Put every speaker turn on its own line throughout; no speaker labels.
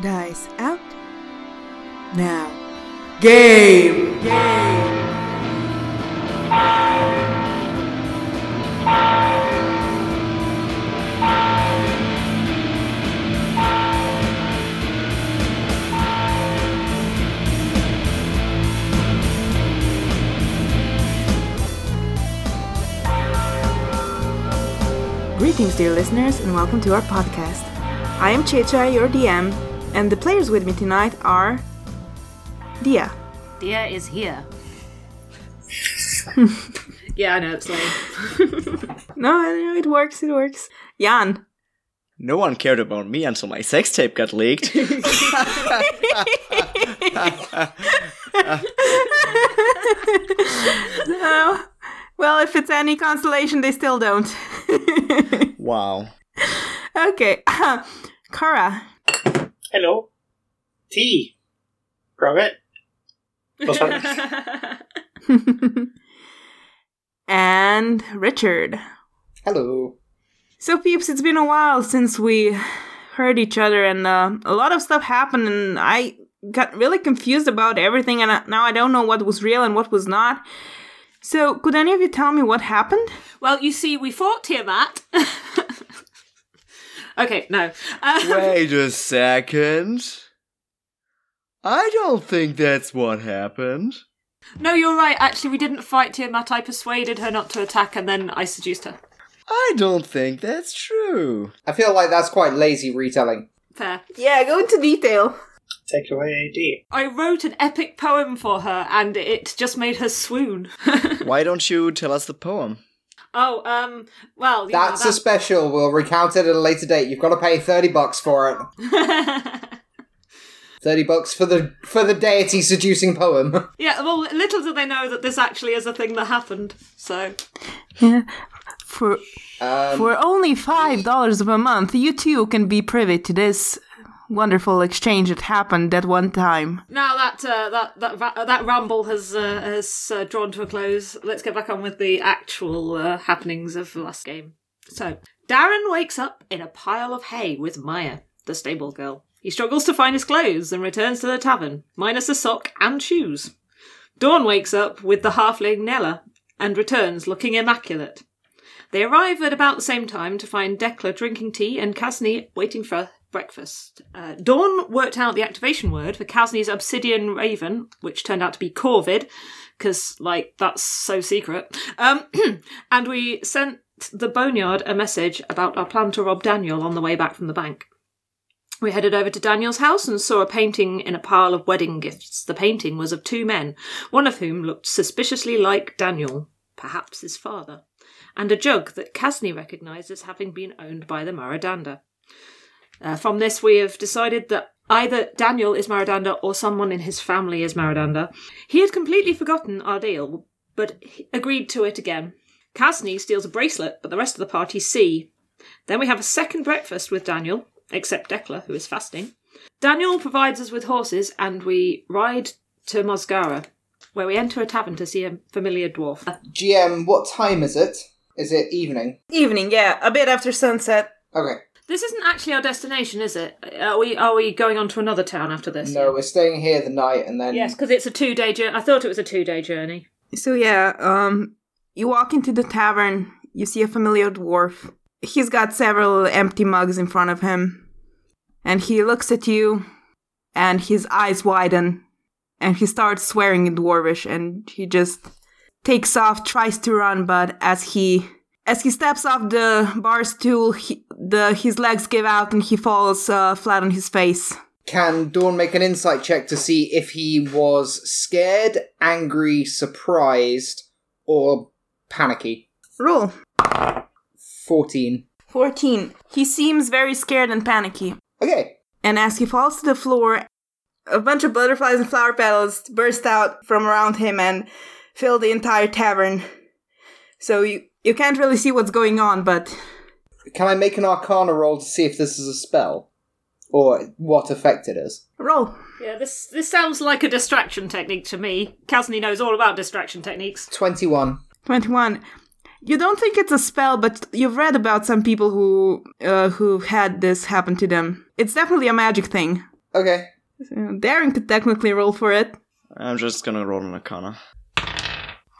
dice out. Now, game! Greetings, dear listeners, and welcome to our podcast. I am Checha, your DM, and the players with me tonight are Dia,
Dia is here.
Yeah, I know it's lame.
No, I know it works. It works. Jan.
No one cared about me until my sex tape got leaked.
No. Well, if it's any consolation, they still don't.
wow.
okay. Kara.
Hello. T. Robert. What's happening?
and Richard.
Hello.
So, peeps, it's been a while since we heard each other, and uh, a lot of stuff happened, and I got really confused about everything, and I, now I don't know what was real and what was not. So, could any of you tell me what happened?
well, you see, we fought Tiamat. okay, no. Uh,
Wait a second. I don't think that's what happened.
no, you're right. Actually, we didn't fight Tiamat. I persuaded her not to attack, and then I seduced her.
I don't think that's true.
I feel like that's quite lazy retelling.
Fair.
Yeah, go into detail.
Take away D.
I wrote an epic poem for her, and it just made her swoon.
Why don't you tell us the poem?
oh, um, well, you know,
That's a special. We'll recount it at a later date. You've got to pay thirty bucks for it.
that-
Thirty bucks for the for the deity seducing poem.
yeah. Well, little do they know that this actually is a thing that happened. So,
Yeah. For for only five dollars a month, you too can be privy to this wonderful exchange that happened that one time.
Now that uh, that that va- uh, that ramble has uh, has uh, drawn to a close, let's get back on with the actual uh, happenings of the last game. So Darren wakes up in a pile of hay with Maya, the stable girl. He struggles to find his clothes and returns to the tavern, minus a sock and shoes. Dawn wakes up with the halfling Nella and returns looking immaculate. They arrive at about the same time to find Decla drinking tea and Casney waiting for breakfast. Uh, Dawn worked out the activation word for Casney's obsidian raven, which turned out to be Corvid, because, like, that's so secret. Um, and we sent the Boneyard a message about our plan to rob Daniel on the way back from the bank. We headed over to Daniel's house and saw a painting in a pile of wedding gifts. The painting was of two men, one of whom looked suspiciously like Daniel, perhaps his father, and a jug that Casney recognised as having been owned by the Maradanda. Uh, from this, we have decided that either Daniel is Maradanda or someone in his family is Maradanda. He had completely forgotten our deal, but he agreed to it again. Casney steals a bracelet, but the rest of the party see. Then we have a second breakfast with Daniel, except Decla, who is fasting. Daniel provides us with horses, and we ride to Mosgara, where we enter a tavern to see a familiar dwarf. Uh,
GM, what time is it? Is it evening?
Evening, yeah, a bit after sunset.
Okay.
This isn't actually our destination, is it? Are we are we going on to another town after this?
No, we're staying here the night and then
Yes, because it's a two day journey. I thought it was a two day journey.
So yeah, um, you walk into the tavern. You see a familiar dwarf. He's got several empty mugs in front of him, and he looks at you, and his eyes widen, and he starts swearing in dwarvish, and he just takes off, tries to run, but as he as he steps off the bar stool, he, the his legs give out, and he falls uh, flat on his face.
Can Dawn make an insight check to see if he was scared, angry, surprised, or panicky?
Roll
14.
fourteen. He seems very scared and panicky.
Okay.
and as he falls to the floor, a bunch of butterflies and flower petals burst out from around him and fill the entire tavern. So you you can't really see what's going on, but
Can I make an arcana roll to see if this is a spell? Or what effect it is?
roll.
Yeah, this this sounds like a distraction technique to me. Casney knows all about distraction techniques.
21.
21. You don't think it's a spell, but you've read about some people who uh, who had this happen to them. It's definitely a magic thing.
Okay.
So Darren could technically roll for it.
I'm just gonna roll an arcana.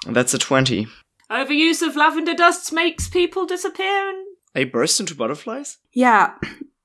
And that's a 20.
Overuse of lavender dust makes people disappear and
I burst into butterflies?
Yeah.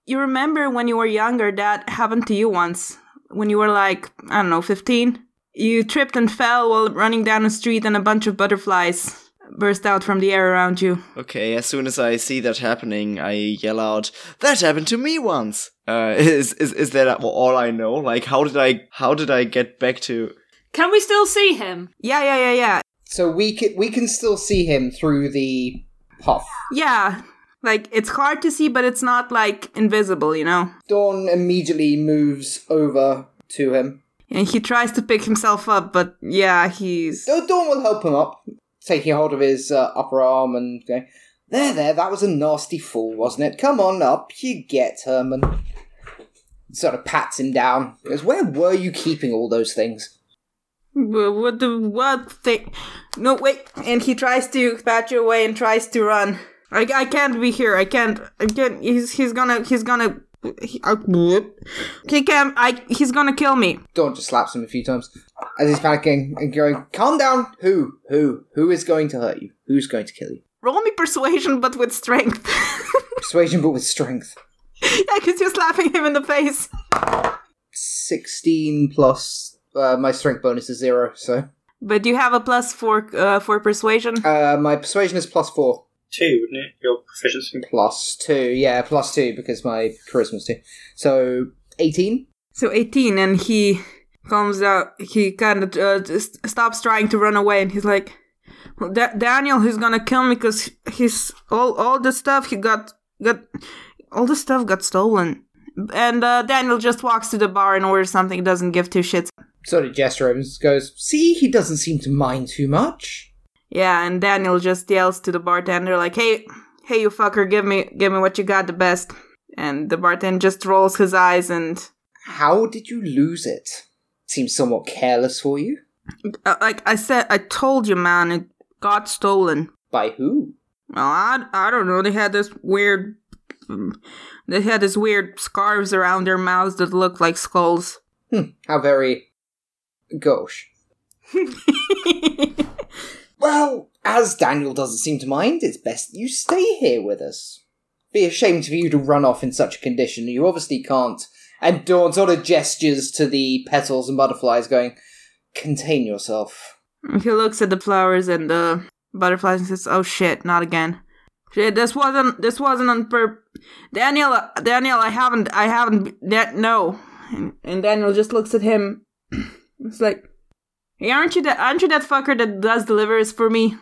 You remember when you were younger, that happened to you once. When you were like, I don't know, 15? You tripped and fell while running down a street, and a bunch of butterflies burst out from the air around you.
Okay, as soon as I see that happening, I yell out, "That happened to me once." Uh, is is is that all I know? Like, how did I how did I get back to?
can we still see him?
Yeah, yeah, yeah, yeah.
So we can we can still see him through the puff.
Yeah. Like, it's hard to see, but it's not like invisible, you know?
Dawn immediately moves over to him.
And he tries to pick himself up, but yeah, he's.
So Dawn will help him up, taking hold of his uh, upper arm and going, "There, there, that was a nasty fall, wasn't it? Come on up, you get Herman." Sort of pats him down. Goes, "Where were you keeping all those things?"
Wha- What the. What thing? No, wait. And he tries to bat you away and tries to run. I, I can't be here. I can't. I can't. He's, he's gonna. He's gonna. He, uh, he can't. I, he's gonna kill me.
Dawn just slaps him a few times as he's panicking and going, "Calm down. Who, who, who is going to hurt you? Who's going to kill you?
Roll me persuasion, but with strength.
Persuasion, but with strength.
yeah, because you're slapping him in the face.
Sixteen plus uh, my strength bonus is zero, so
But you have a plus four uh, for persuasion.
uh, my persuasion is plus four.
Two, wouldn't it? Your proficiency.
plus two. Yeah, plus two because my charisma's two. So eighteen.
So 18, and he comes out, he kind of uh, just stops trying to run away, and he's like, well, da- Daniel, he's gonna kill me because he's all all the stuff he got got all the stuff got stolen, and uh, Daniel just walks to the bar and orders something, doesn't give two shits.
So did Jess Rose goes. See, he doesn't seem to mind too much.
Yeah, and Daniel just yells to the bartender like, "Hey, hey, you fucker, give me give me what you got the best." And the bartender just rolls his eyes and
How did you lose it? Seems somewhat careless for you.
uh, like I said, I told you, man, it got stolen.
By who?
Well, Oh, I, I don't know. They had this weird. They had these weird scarves around their mouths that looked like skulls.
Hmm, how very gauche. Well, as Daniel doesn't seem to mind, it's best that you stay here with us. Be ashamed for you to run off in such a condition. You obviously can't. And Dawn sort of gestures to the petals and butterflies, going, "Contain yourself."
he looks at the flowers and the butterflies and says, "Oh shit, not again." Shit, this wasn't. This wasn't on purpose. Daniel, Daniel, I haven't. I haven't. That no. And, and Daniel just looks at him. It's like, hey, aren't you that? Aren't you that fucker that does deliveries for me?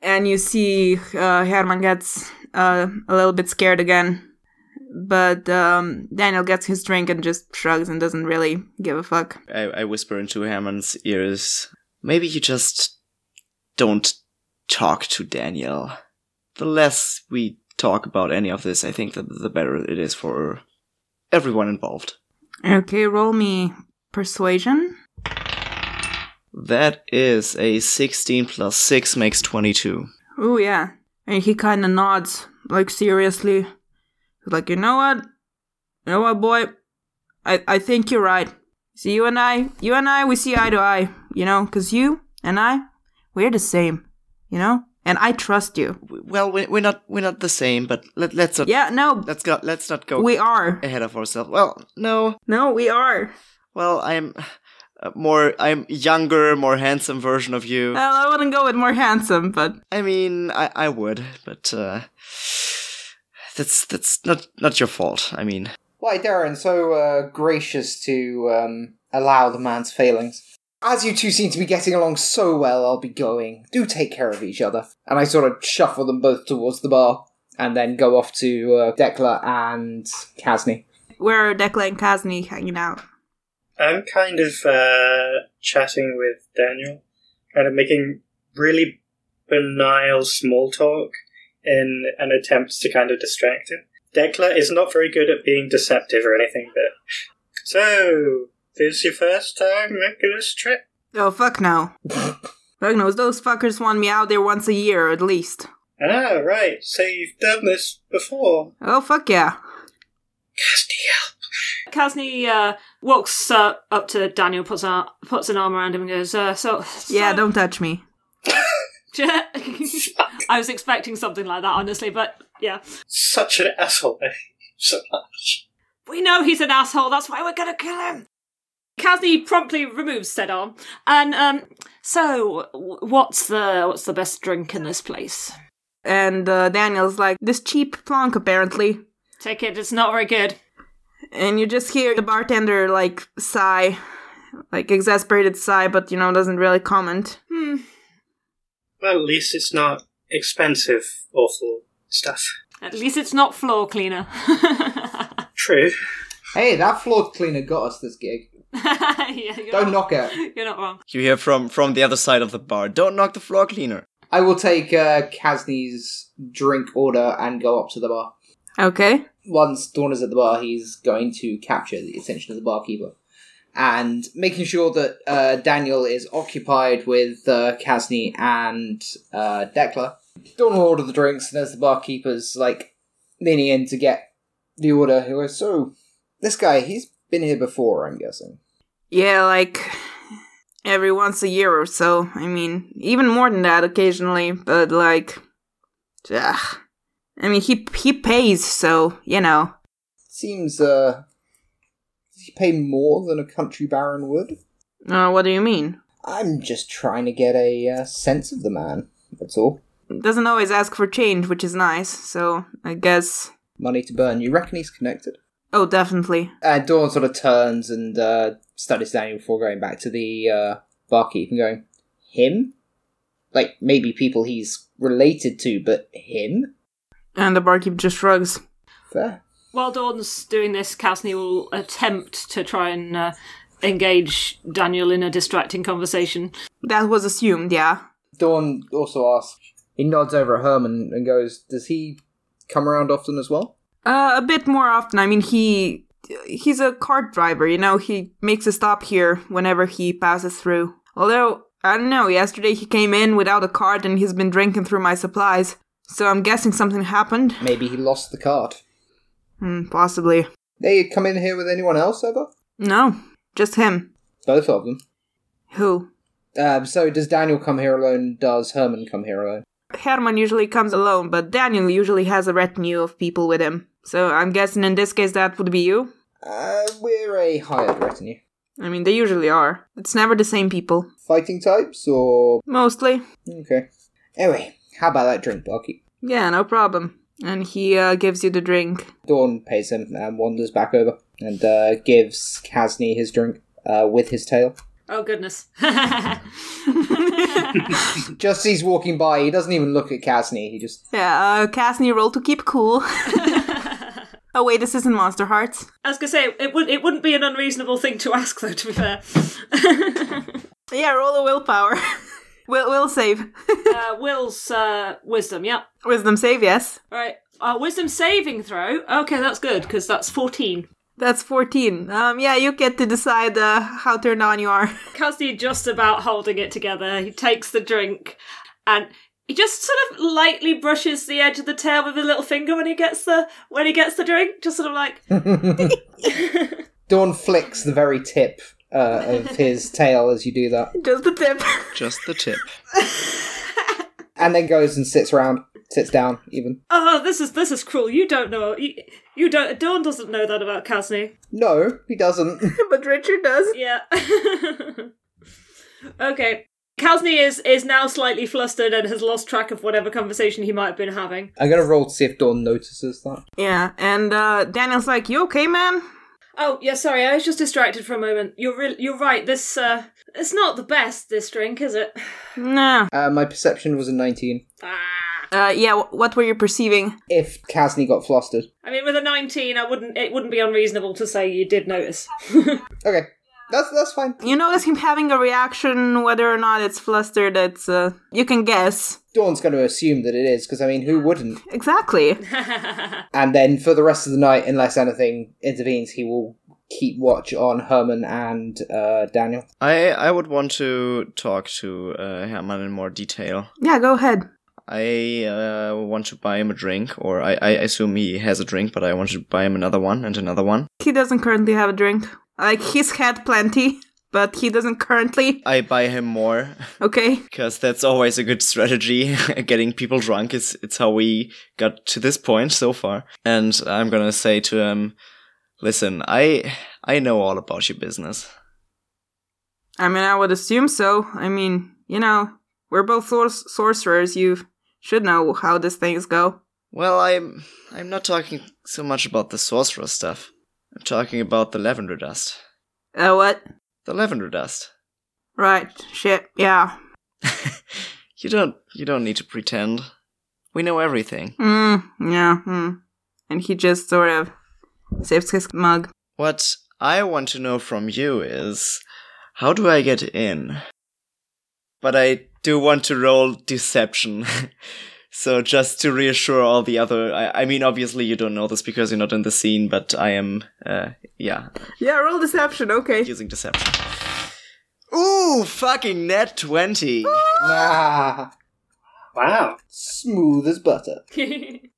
And you see, uh, Herman gets uh, a little bit scared again. But um, Daniel gets his drink and just shrugs and doesn't really give a fuck.
I, I whisper into Hammond's ears. Maybe you just don't talk to Daniel. The less we talk about any of this, I think the, the better it is for everyone involved.
Okay, roll me persuasion.
That is a 16 plus 6 makes 22.
Oh yeah. And he kinda nods, like seriously. He's like, you know what? You know what, boy? I, I think you're right. See you and I you and I we see eye to eye, you know, cause you and I, we're the same, you know? And I trust you.
W- Well, we- we're not we're not the same, but let, let's not
Yeah, no
let's go let's not go
we are.
ahead of ourselves. Well, no.
No, we are.
Well, I'm uh, more I'm younger, more handsome version of you.
Well, I wouldn't go with more handsome, but
I mean, I, I would, but uh, that's that's not not your fault. I mean,
Why, Darren, so uh, gracious to um, allow the man's failings. As you two seem to be getting along so well, I'll be going. Do take care of each other. And I sort of shuffle them both towards the bar, and then go off to uh, Dekla and Kasny.
where are Declan and Kazni hanging out?
I'm kind of uh, chatting with Daniel, kind of making really banal small talk in an attempt to kind of distract him. Dekla is not very good at being deceptive or anything, but. So, this your first time making this trip?
Oh fuck no. fuck no, those fuckers want me out there once a year at least.
Ah, right, so you've done this before.
Oh fuck yeah.
Castiel.
Kasni uh, walks uh, up to Daniel, puts, a, puts an arm around him, and goes, uh, "So,
Yeah, don't touch me.
I was expecting something like that, honestly, but yeah,
Such an asshole. I hate you so much.
we know he's an asshole. That's why we're gonna kill him." Kazi promptly removes said arm, and um, so w- what's the what's the best drink in this place?
And uh, Daniel's like, this cheap plonk, apparently.
Take it. It's not very good.
And you just hear the bartender, like, sigh, like, exasperated sigh, but, you know, doesn't really comment.
Hmm.
Well, at least it's not expensive, awful stuff.
At least it's not floor cleaner.
True.
Hey, that floor cleaner got us this gig.
yeah, you're
Don't
not,
knock it.
You're not wrong.
You hear from from the other side of the bar. Don't knock the floor cleaner.
I will take uh, Kazney's drink order and go up to the bar.
Okay.
Once Dawn is at the bar, he's going to capture the attention of the barkeeper. And making sure that uh, Daniel is occupied with uh, Kazney and uh, Decla. Dawn will order the drinks, and as the barkeeper's like leaning in to get the order, he goes, So, this guy, he's been here before, I'm guessing.
Yeah, like, every once a year or so. I mean, even more than that occasionally, but, like, ugh. I mean, he he pays, so, you know.
Seems, uh. Does he pay more than a country baron would?
Uh, what do you mean?
I'm just trying to get a uh, sense of the man. That's all.
Doesn't always ask for change, which is nice, so I guess.
Money to burn. You reckon he's connected?
Oh, definitely.
Uh, Dawn sort of turns and uh, studies Daniel before going back to the uh, barkeep and going, him? Like maybe people he's related to, but him?
And the barkeep just shrugs.
Fair.
While Dawn's doing this, Casney will attempt to try and uh, engage Daniel in a distracting conversation.
That was assumed, yeah.
Dawn also asks. He nods over at Herman and goes, "Does he come around often as well?"
Uh, a bit more often. I mean, he he's a cart driver. You know, he makes a stop here whenever he passes through. Although I don't know. Yesterday he came in without a cart, and he's been drinking through my supplies. So I'm guessing something happened.
Maybe he lost the card.
Hmm, possibly.
They come in here with anyone else ever?
No, just him.
Both of them.
Who?
Um, so does Daniel come here alone? Does Herman come here alone?
Herman usually comes alone, but Daniel usually has a retinue of people with him. So I'm guessing in this case that would be you.
Uh, we're a hired retinue.
I mean, they usually are. It's never the same people.
Fighting types or
Mostly.
okay. Anyway, how about that drink, Barkeep?
Yeah, no problem. And he uh, gives you the drink.
Dawn pays him and wanders back over and uh, gives Kazni his drink uh, with his tail.
Oh, goodness.
Just as he's walking by, he doesn't even look at Kazni. He just
Yeah, uh, Casney roll to keep cool. oh wait, this isn't Monster Hearts.
I was going to say, it, would, it wouldn't be an unreasonable thing to ask, though, to be fair.
Yeah, roll a willpower. will will save.
uh, Will's uh, wisdom, yep.
Wisdom save, yes.
All right. Uh, wisdom saving throw. Okay, that's good, because that's 14.
That's fourteen. Um, yeah, you get to decide uh, how turned on you are.
Kazi just about holding it together. He takes the drink and he just sort of lightly brushes the edge of the tail with his little finger when he gets the when he gets the drink. Just sort of like
Dawn flicks the very tip uh, of his tail as you do that,
Just the tip.
Just the tip.
and then goes and sits around, sits down even.
Oh, this is this is cruel. You don't know. You, you don't. Dawn doesn't know that about Kazni.
No, he doesn't.
but Richard does.
Yeah. okay. Kazni is is now slightly flustered and has lost track of whatever conversation he might have been having.
I'm gonna roll to see if Dawn notices that.
Yeah, and uh, Daniel's like, "You okay, man?"
Oh yeah, sorry. I was just distracted for a moment. You're re- you're right. This uh, it's not the best. This drink, is it?
No.
Uh, my perception was a 19.
Ah.
Uh, yeah. wh- what were you perceiving?
If Kazni got flustered.
I mean, with a nineteen, I wouldn't. It wouldn't be unreasonable to say you did notice.
Okay, that's that's fine.
You notice him having a reaction, whether or not it's flustered. It's uh, you can guess
Dawn's going to assume that it is because I mean, who wouldn't?
exactly.
And then for the rest of the night, unless anything intervenes, he will keep watch on Herman and uh, Daniel.
I I would want to talk to uh, Herman in more detail.
Yeah, go ahead.
I uh, want to buy him a drink, or I, I assume he has a drink, but I want to buy him another one and another one.
He doesn't currently have a drink. Like he's had plenty, but he doesn't currently.
I buy him more
Okay.
because that's always a good strategy. Getting people drunk is it's how we got to this point so far. And I'm gonna say to him, "Listen, I I know all about your business.
I mean, I would assume so. I mean, you know, we're both sor- sorcerers. You should know how these things go.
Well, I'm I'm not talking so much about the sorcerer stuff. I'm talking about the lavender dust.
Uh, what?
The lavender dust.
Right. Shit. Yeah.
you don't you don't need to pretend. We know everything.
Mm, yeah. Mm. And he just sort of sips his mug.
What I want to know from you is how do I get in? But I do want to roll deception. so just to reassure all the other I, I mean obviously you don't know this because you're not in the scene, but I am uh yeah,
Yeah, roll deception. Okay.
using deception. Ooh, fucking net 20
Nah.
Wow.
Ah, Smooth as butter.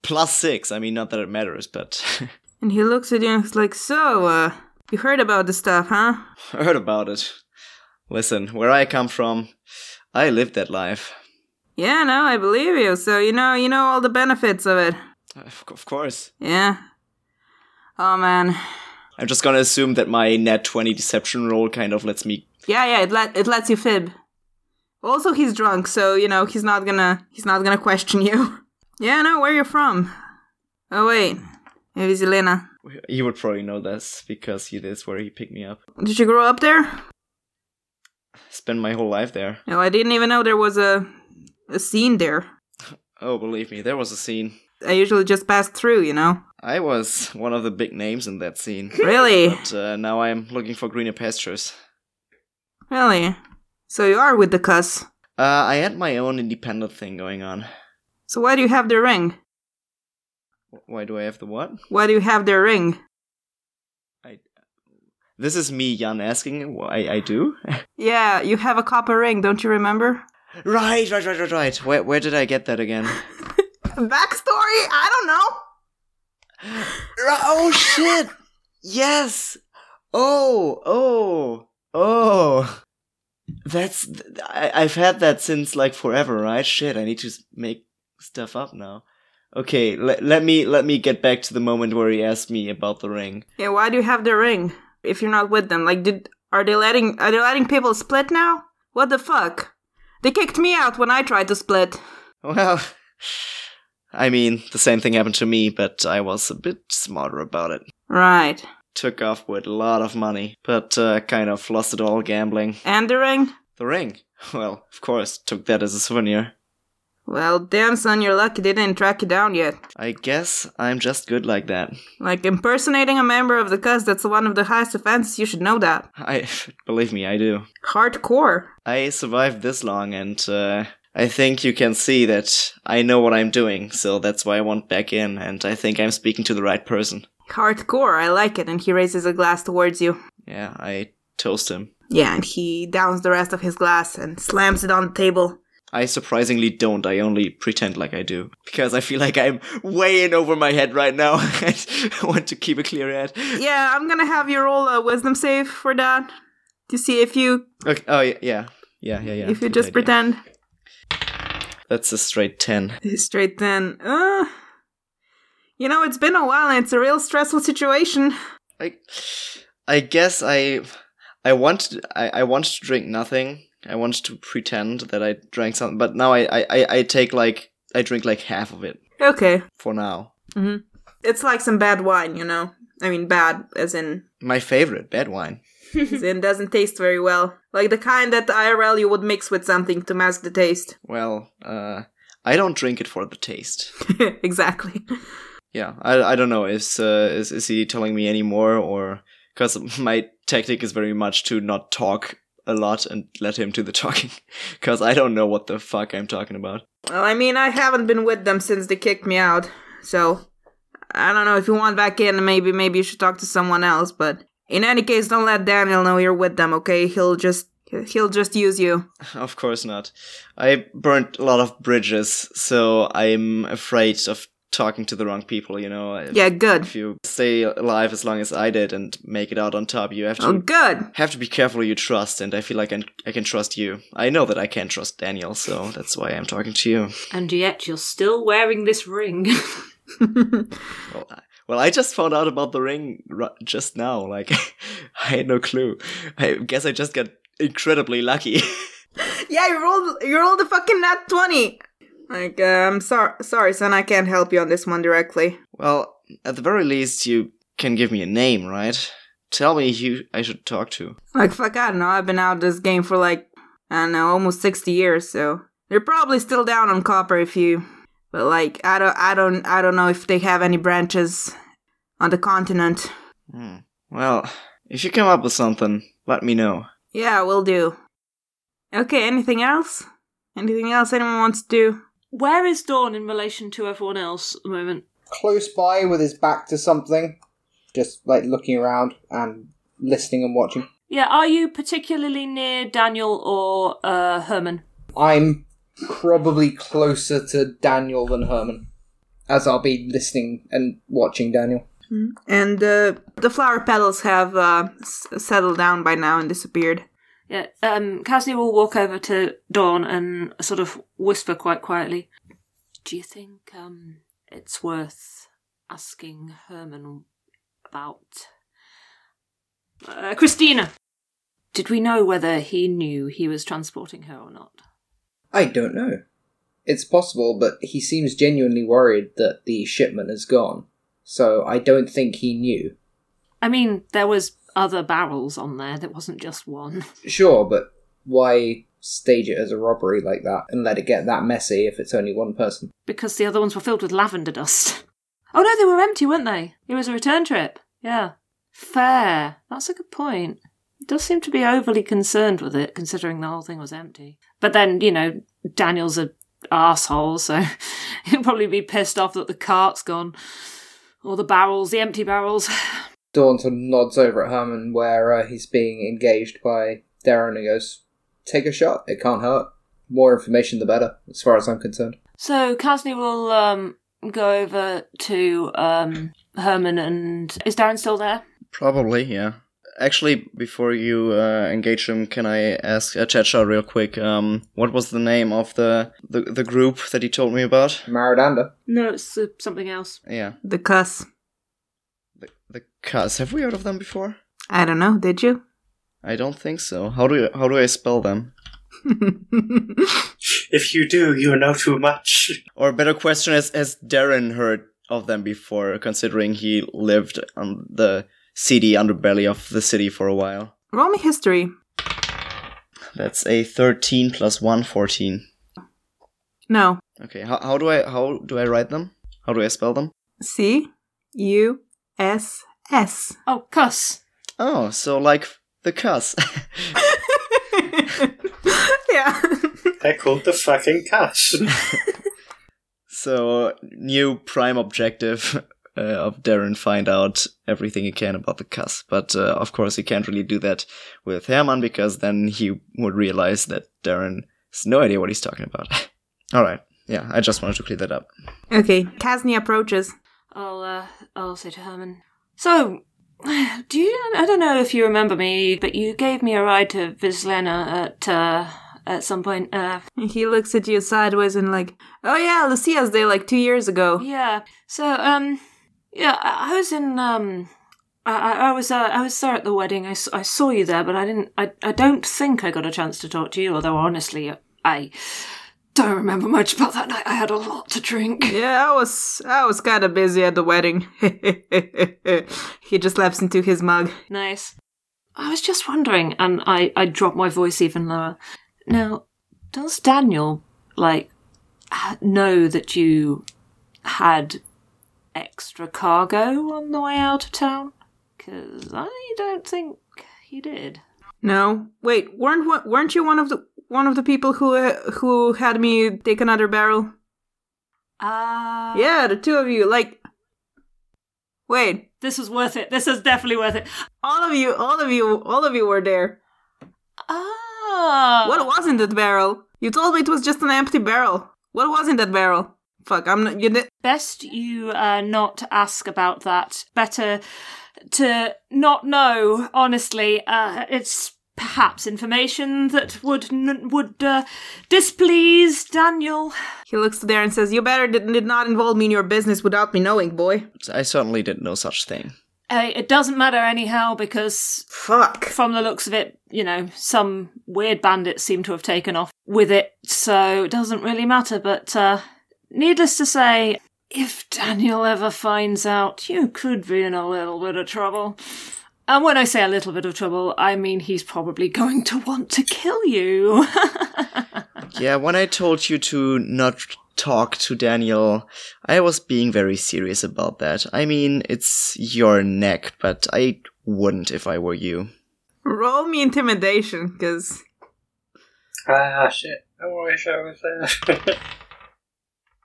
plus 6. I mean not that it matters, but
And he looks at you and he's like, "So, uh, you heard about this stuff, huh?"
heard about it. Listen, where I come from, I lived that life.
Yeah. No, I believe you. So you know, you know all the benefits of it.
Of, of course.
Yeah. Oh man.
I'm just gonna assume that my net 20 deception roll kind of lets me.
Yeah, yeah, it let it lets you fib. Also, he's drunk, so you know he's not gonna he's not gonna question you. yeah, no, where you from? Oh wait, it is Elena.
He would probably know this because he is where he picked me up.
Did you grow up there?
Spent my whole life there.
No, I didn't even know there was a a scene there.
Oh, believe me, there was a scene.
I usually just pass through, you know.
I was one of the big names in that scene.
Really,
But uh, now I am looking for greener pastures.
really. So you are with the cuss.
Uh, I had my own independent thing going on.
So why do you have their ring?
Why do I have the what?
Why do you have their ring?
This is me, Jan, asking why I do.
Yeah, you have a copper ring, don't you remember?
right, right, right, right, right. Where, where did I get that again?
Backstory? I don't know.
Ri- Oh shit! Yes. Oh, oh, oh. That's th- I, I've had that since like forever, right? Shit, I need to s- make stuff up now. Okay, le- let me let me get back to the moment where he asked me about the ring.
Yeah, why do you have the ring if you're not with them? Like, did are they letting are they letting people split now? What the fuck? They kicked me out when I tried to split.
Well, I mean, the same thing happened to me, but I was a bit smarter about it.
Right.
Took off with a lot of money, but uh, kind of lost it all gambling.
And the ring?
The ring. Well, of course, took that as a souvenir.
Well, damn son, you're lucky they didn't track you down yet.
I guess I'm just good like that.
Like impersonating a member of the cuz that's one of the highest offenses. You should know that.
I believe me, I do.
Hardcore.
I survived this long, and uh, I think you can see that I know what I'm doing. So that's why I want back in, and I think I'm speaking to the right person.
Hardcore. I like it. And he raises a glass towards you.
Yeah, I toast him.
Yeah, and he downs the rest of his glass and slams it on the table.
I surprisingly don't. I only pretend like I do because I feel like I'm way in over my head right now. I want to keep a clear head.
Yeah, I'm gonna have you roll a wisdom save for that to see if you
Okay. Oh yeah, yeah, yeah, yeah. yeah.
if you
Good
just
idea.
pretend.
That's a straight ten.
straight then. Uh, you know, it's been a while and it's a real stressful situation.
I, I guess I, I want I, I want to drink nothing. I want to pretend that I drank something, but now I, I- I, I take like I drink like half of it
Okay.
for now.
It's like some bad wine, you know? I mean, bad, as in,
My favorite bad wine.
as in doesn't taste very well. Like the kind that IRL you would mix with something to mask the taste.
Well, uh, I don't drink it for the taste.
exactly.
yeah, I, I don't know. Is uh, is is he telling me any more or because my tactic is very much to not talk a lot and let him do the talking because I don't know what the fuck I'm talking about.
Well, I mean, I haven't been with them since they kicked me out, so I don't know if you want back in. Maybe, maybe you should talk to someone else. But in any case, don't let Daniel know you're with them. Okay? He'll just he'll just use you.
Of course not. I burnt a lot of bridges, so I'm afraid of talking to the wrong people, you know? If-
Yeah, good.
If you stay alive as long as I did and make it out on top, you have to
Oh, good.
have to be careful who you trust, and I feel like I can, I can trust you. I know that I can trust Daniel, so that's why I'm talking to you.
And yet you're still wearing this ring.
Well, I, well, I just found out about the ring ru- just now. Like, I had no clue. I guess I just got incredibly lucky.
Yeah, you rolled you rolled a fucking nat twenty. Like, uh, I'm sorry, sorry, son. I can't help you on this one directly.
well, at the very least, you can give me a name, right? Tell me who I should talk to.
Like, fuck, I don't know. I've been out of this game for like I don't know, almost sixty years. So they're probably still down on copper if you. But like, I don't, I don't, I don't know if they have any branches on the continent.
Hmm. Well, if you come up with something, let me know.
Yeah, will do. Okay, anything else? Anything else anyone wants to do?
Where is Dawn in relation to everyone else at the moment?
Close by with his back to something, just like looking around and listening and watching.
Yeah, are you particularly near Daniel or uh, Herman?
I'm probably closer to Daniel than Herman, as I'll be listening and watching Daniel.
And uh, the flower petals have uh, s- settled down by now and disappeared.
Yeah, um, Casney will walk over to Dawn and sort of whisper quite quietly, Do you think um, it's worth asking Herman about uh, Christina? Did we know whether he knew he was transporting her or not?
I don't know. It's possible, but he seems genuinely worried that the shipment is gone, so I don't think he knew.
I mean, there was other barrels on there. There wasn't just one.
Sure, but why stage it as a robbery like that and let it get that messy if it's only one person?
because the other ones were filled with lavender dust. Oh no, they were empty, weren't they? It was a return trip. Yeah. Fair. That's a good point. He does seem to be overly concerned with it, considering the whole thing was empty. But then, you know, Daniel's a asshole, so he'll probably be pissed off that the cart's gone. Or the barrels, the empty barrels.
Dawn sort of nods over at Herman where uh, he's being engaged by Darren and goes, Take a shot, it can't hurt. More information the better, as far as I'm concerned.
So Casney will um, go over to um, Herman and is Darren still there?
Probably, yeah. Actually, before you uh, engage him, can I ask uh, Chacha real quick? Um, what was the name of the, the the group that he told me about?
Maradanda.
No, it's uh, something else.
Yeah,
The cuss.
the the Cuz. Have we heard of them before?
I don't know, did you?
I don't think so. How do you, how do I spell them?
If you do, you know too much.
Or a better question is, has Darren heard of them before? Considering he lived on the seedy underbelly of the city for a while.
Roll me history.
That's a thirteen plus one, fourteen.
No.
Okay, how, how do I how do I write them? How do I spell them?
C U S S.
Oh, cuss.
Oh, so like the cuss.
Yeah.
They're called the fucking cuss.
so, new prime objective uh, of Darren find out everything he can about the cuss. But uh, of course, he can't really do that with Herman because then he would realize that Darren has no idea what he's talking about. All right. Yeah, I just wanted to clear that up.
okay, Casney approaches.
I'll uh, I'll say to Herman. So, do you? I don't know if you remember me, but you gave me a ride to Vislena at uh, at some point. Uh,
He looks at you sideways and like, oh yeah, Lucia's Day like two years ago.
yeah. So, um, yeah, I, I was in um. I, I- I was uh, I was there at the wedding. I, s- I saw you there, but I didn't. I, I don't think I got a chance to talk to you. Although honestly, I don't remember much about that night. I had a lot to drink.
Yeah, I was I was kind of busy at the wedding. he just laps into his mug.
Nice. I was just wondering, and I, I dropped my voice even lower. Now, does Daniel, like, ha- know that you had extra cargo on the way out of town? Because I don't think he did.
No, wait, weren't wa- weren't you one of the one of the people who uh, who had me take another barrel?
Ah.
Yeah, the two of you. Like, wait,
This was worth it. This is definitely worth it.
all of you, all of you, all of you were there.
Ah. Uh.
What was in that barrel? You told me it was just an empty barrel. What was in that barrel? Fuck, I'm not. You did,
Best you uh, not ask about that. Better to not know. Honestly, uh, it's perhaps information that would n- would uh, displease Daniel.
he looks there and says, "You better did, did not involve me in your business without me knowing, boy."
I certainly didn't know such thing.
Uh, it doesn't matter anyhow because
Fuck.
from the looks of it, you know, some weird bandits seem to have taken off with it, so it doesn't really matter. But uh, needless to say, if Daniel ever finds out, you could be in a little bit of trouble. And when I say a little bit of trouble, I mean he's probably going to want to kill you.
Yeah, when I told you to not talk to Daniel, I was being very serious about that. I mean, it's your neck, but I wouldn't if I were you.
Roll me intimidation, because
Ah, shit. I wish I was there.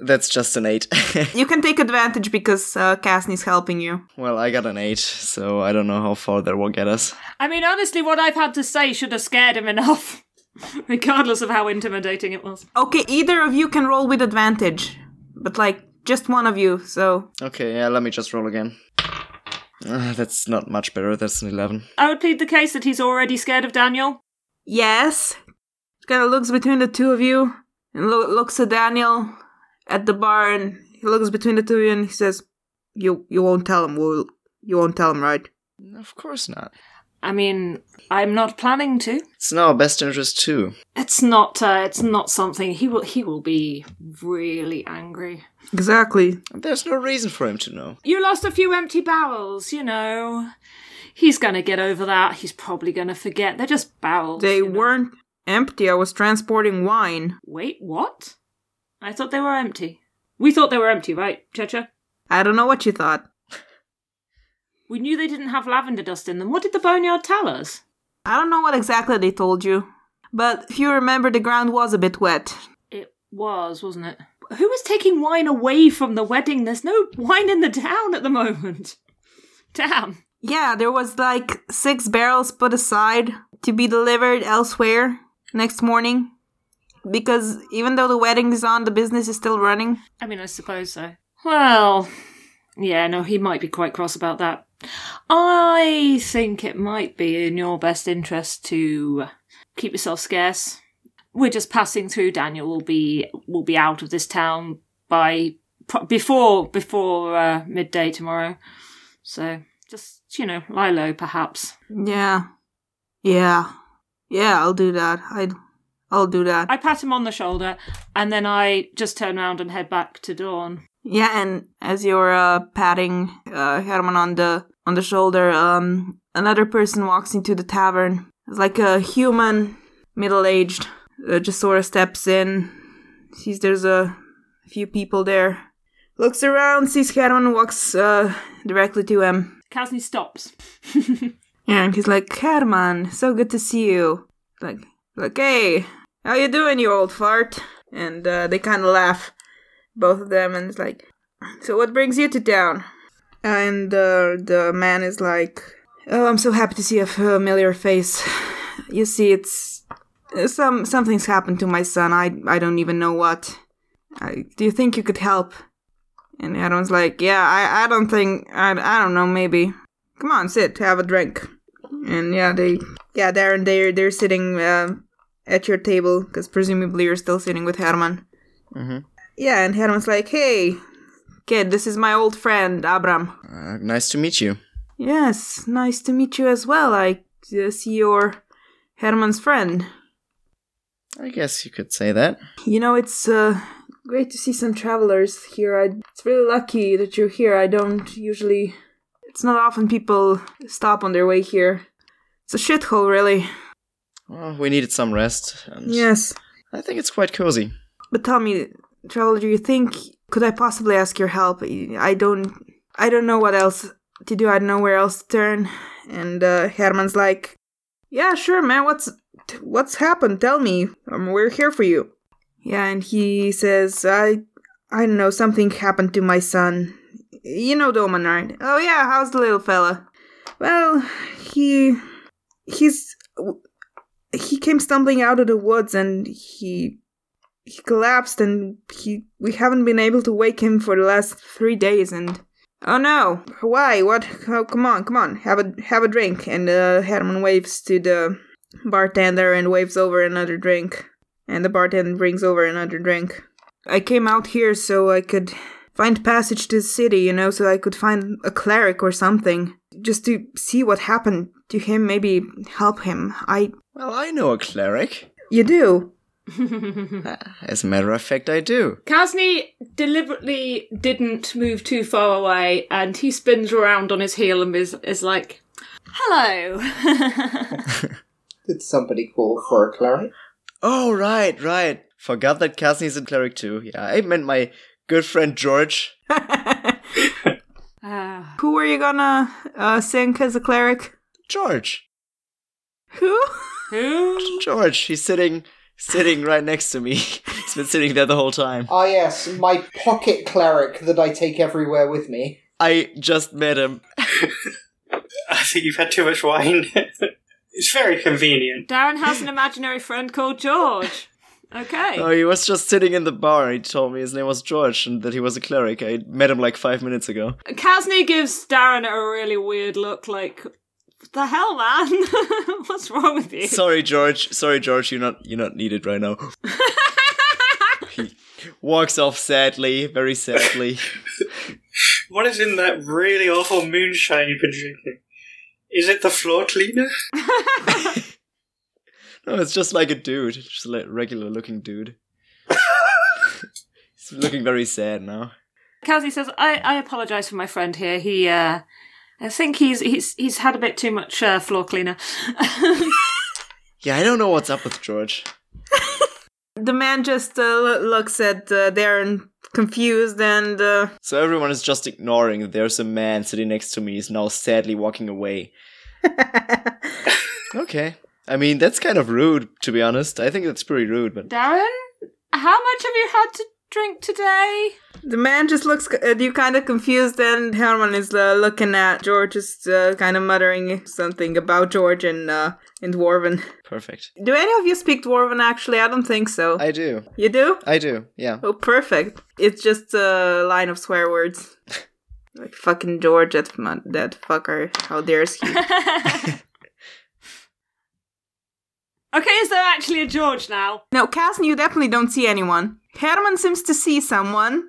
That's just an 8.
you can take advantage because uh, Cassie's helping you.
well, I got an 8, so I don't know how far that will get us.
I mean, honestly, what I've had to say should have scared him enough, regardless of how intimidating it was.
Okay, either of you can roll with advantage, but like just one of you. So
Okay, yeah, let me just roll again. Ah, that's not much better, that's an 11.
I would plead the case that he's already scared of Daniel.
yes, kind of looks between the two of you and lo- looks at Daniel at the bar, and he looks between the two of you and he says, "You you won't tell him, will you? Won't tell him, right?"
Of course not.
I mean, I'm not planning to.
It's in our best interest too.
It's not. Uh, it's not something he will. He will be really angry.
Exactly.
There's no reason for him to know.
You lost a few empty barrels, you know. He's gonna get over that. He's probably gonna forget. They're just barrels.
They
you know.
weren't empty. I was transporting wine.
Wait, what? I thought they were empty. We thought they were empty, right, Checha?
I don't know what you thought.
We knew they didn't have lavender dust in them. What did the boneyard tell us?
I don't know what exactly they told you, but if you remember, the ground was a bit wet.
It was, wasn't it? Who was taking wine away from the wedding? There's no wine in the town at the moment. Damn.
Yeah, there was like six barrels put aside to be delivered elsewhere next morning. Because even though the wedding is on, the business is still running.
I mean, I suppose so. Well, yeah, no, he might be quite cross about that. I think it might be in your best interest to keep yourself scarce. We're just passing through. Daniel will be will be out of this town by pro- before before uh, midday tomorrow. So just you know, lie low, perhaps.
Yeah. Yeah. Yeah, I'll do that. I'd, I'll do that.
I pat him on the shoulder, and then I just turn around and head back to Dawn.
yeah, and as you're uh, patting uh, Herman on the on the shoulder, um, another person walks into the tavern. It's like a human, middle aged, uh, just sort of steps in, sees there's a few people there, looks around, sees Herman, walks uh, directly to him.
Casney stops.
And he's like, Herman, so good to see you. Like, like, hey, how you doing, you old fart? And uh, they kind of laugh, both of them, and it's like, so what brings you to town? And uh, the man is like, oh, I'm so happy to see a familiar face. You see, it's some something's happened to my son. I I don't even know what. I, do you think you could help? And Adam's like, yeah, I, I don't think I I don't know maybe come on, sit, have a drink. And yeah, they, yeah, there and they're they're sitting uh, at your table because presumably you're still sitting with Herman.
Mhm.
Yeah, and Herman's like, hey, kid, this is my old friend Abram.
Uh, nice to meet you.
Yes, nice to meet you as well. I uh, see you're Herman's friend.
I guess you could say that.
You know, it's uh, great to see some travelers here. I, it's really lucky that you're here. I don't usually. It's not often people stop on their way here. It's a shithole, really.
Well, we needed some rest, and
Yes.
I think it's quite cozy.
But tell me, Traveler, do you think could I possibly ask your help? I don't I don't know what else to do. I don't know where else to turn. And uh, Herman's like, "Yeah, sure, man. What's what's happened? Tell me. Um, we're here for you." Yeah, and he says, "I I don't know. Something happened to my son. You know Doman, right? Oh yeah. How's the little fella? Well, he he's he came stumbling out of the woods and he he collapsed and he we haven't been able to wake him for the last three days and oh no why what oh come on come on have a have a drink and uh, Herman waves to the bartender and waves over another drink and the bartender brings over another drink I came out here so I could find passage to the city you know so I could find a cleric or something just to see what happened to him maybe help him I
Well, I know a cleric. Ah,
you do
As a matter of fact, I do.
Kazni deliberately didn't move too far away and he spins around on his heel and is, is like, Hello!
Did somebody call for a cleric?
Oh, right, right. Forgot that Kazni is a cleric too. Yeah, I meant my good friend George.
Ah.
who are you gonna uh, sink as a cleric
George.
who
who?
George. He's sitting, sitting right next to me. he's been sitting there the whole time.
Ah, yes, my pocket cleric that I take everywhere with me.
I just met him.
I think you've had too much wine. it's very convenient.
Darren has an imaginary friend called George. Okay.
Oh, he was just sitting in the bar. He told me his name was George and that he was a cleric. I met him like five minutes ago.
Kazni gives Darren a really weird look, like, "What the hell, man? What's wrong with you?
Sorry, George. Sorry, George. You're not. You're not needed right now. he walks off sadly, very sadly.
What is in that really awful moonshine you've been drinking? Is it the floor cleaner?
No, it's just like a dude, just a regular looking dude. He's looking very sad now.
Kazi says, "I, I apologise for my friend here. He, uh, I think he's he's he's had a bit too much uh, floor cleaner."
Yeah, I don't know what's up with George.
The man just uh, lo- looks at uh, Darren confused and uh,
So everyone is just ignoring that there's a man sitting next to me. He's now sadly walking away. okay. I mean, that's kind of rude, to be honest. I think that's pretty rude, but
Darren, how much have you had to drink today?
the man just looks c- at you kind of confused and Herman is uh, looking at George just uh, kind of muttering something about George and uh, in Dwarven.
perfect.
Do any of you speak Dwarven actually? I don't think so.
I do.
you do?
I do. Yeah.
Oh, perfect. It's just a line of swear words. like fucking George, that, mon- that fucker. How dares he?
Okay, is there actually a George now?
no, Cass, you definitely don't see anyone. Herman seems to see someone.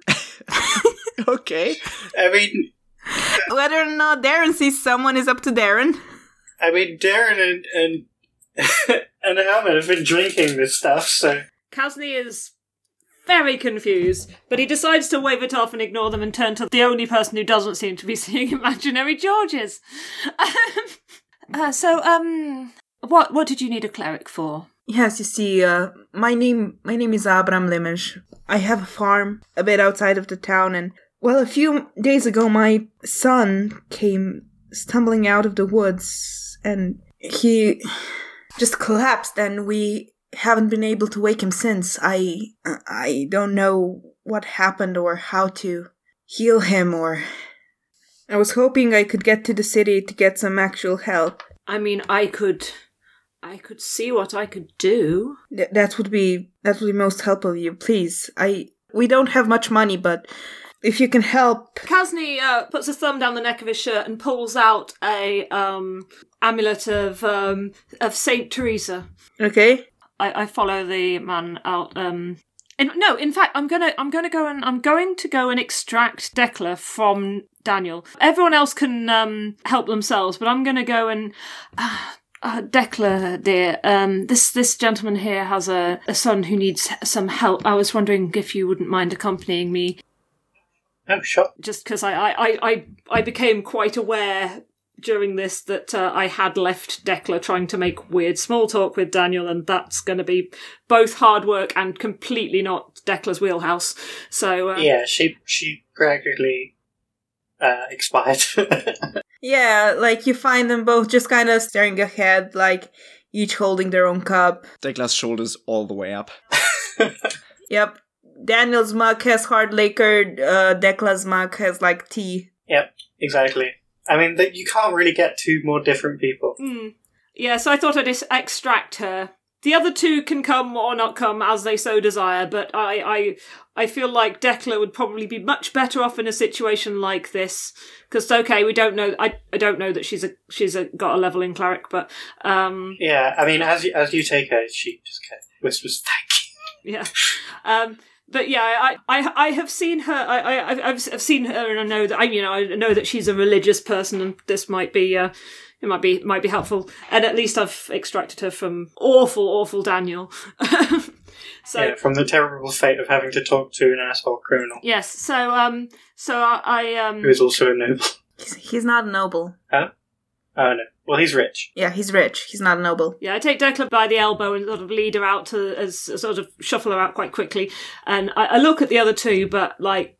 Okay.
I mean,
Whether or not Darren sees someone is up to Darren.
I mean, Darren and and and Hammond have been drinking this stuff, so
Kazni is very confused, but he decides to wave it off and ignore them and turn to the only person who doesn't seem to be seeing imaginary Georges. uh, so, um, what what did you need a cleric for?
Yes, you see, uh, my name my name is Abram Lemesh. I have a farm a bit outside of the town, and well, a few days ago, my son came stumbling out of the woods, and he just collapsed, and we haven't been able to wake him since. I I don't know what happened or how to heal him, or I was hoping I could get to the city to get some actual help.
I mean, I could, I could see what I could do.
Th- that would be that would be most helpful you please i we don't have much money but if you can help
Kazni uh, puts his thumb down the neck of his shirt and pulls out a um, amulet of um, of Saint Teresa.
okay
I, I follow the man out. Um, in, no, in fact, I'm gonna I'm gonna go and I'm going to go and extract Decla from Daniel. Everyone else can um, help themselves, but I'm gonna go and. Uh, uh, Decla, dear, um, this this gentleman here has a, a son who needs some help. I was wondering if you wouldn't mind accompanying me
I'm shocked.
just because I, I, I- I, I became quite aware during this that uh, I had left Decla trying to make weird small talk with Daniel, and that's going to be both hard work and completely not Decla's wheelhouse. So uh,
Yeah, she she practically uh, expired.
yeah like you find them both just kind of staring ahead like each holding their own cup
Declan's shoulders all the way up.
yep daniel's mug has hard liquor uh decla's mug has like tea
exactly. I mean,
hmm.
that you can't really get two more different people.
mm. yeah, so I thought I'd just extract her The other two can come or not come as they so desire, but I, I, I feel like Decla would probably be much better off in a situation like this. Because okay, we don't know. I, I don't know that she's a she's a, got a level in cleric, but um,
Yeah, I mean, as you, as you take her, she just kind of whispers, "Thank
yeah. Um, but yeah, I, I I have seen her. I, I I've- I've I've seen her, and I know that I you know I know that she's a religious person, and this might be uh, it might be might be helpful. And at least I've extracted her from awful awful Daniel. so
you." Yeah, from the terrible fate of having to talk to an asshole criminal
yes, so um, so I, I um,
who is also a noble.
He's, he's not noble.
Oh no, well he's rich.
Yeah, he's rich. He's not noble.
Yeah, I take Declan by the elbow and sort of lead her out to as sort of shuffle her out quite quickly, and I, I look at the other two, but like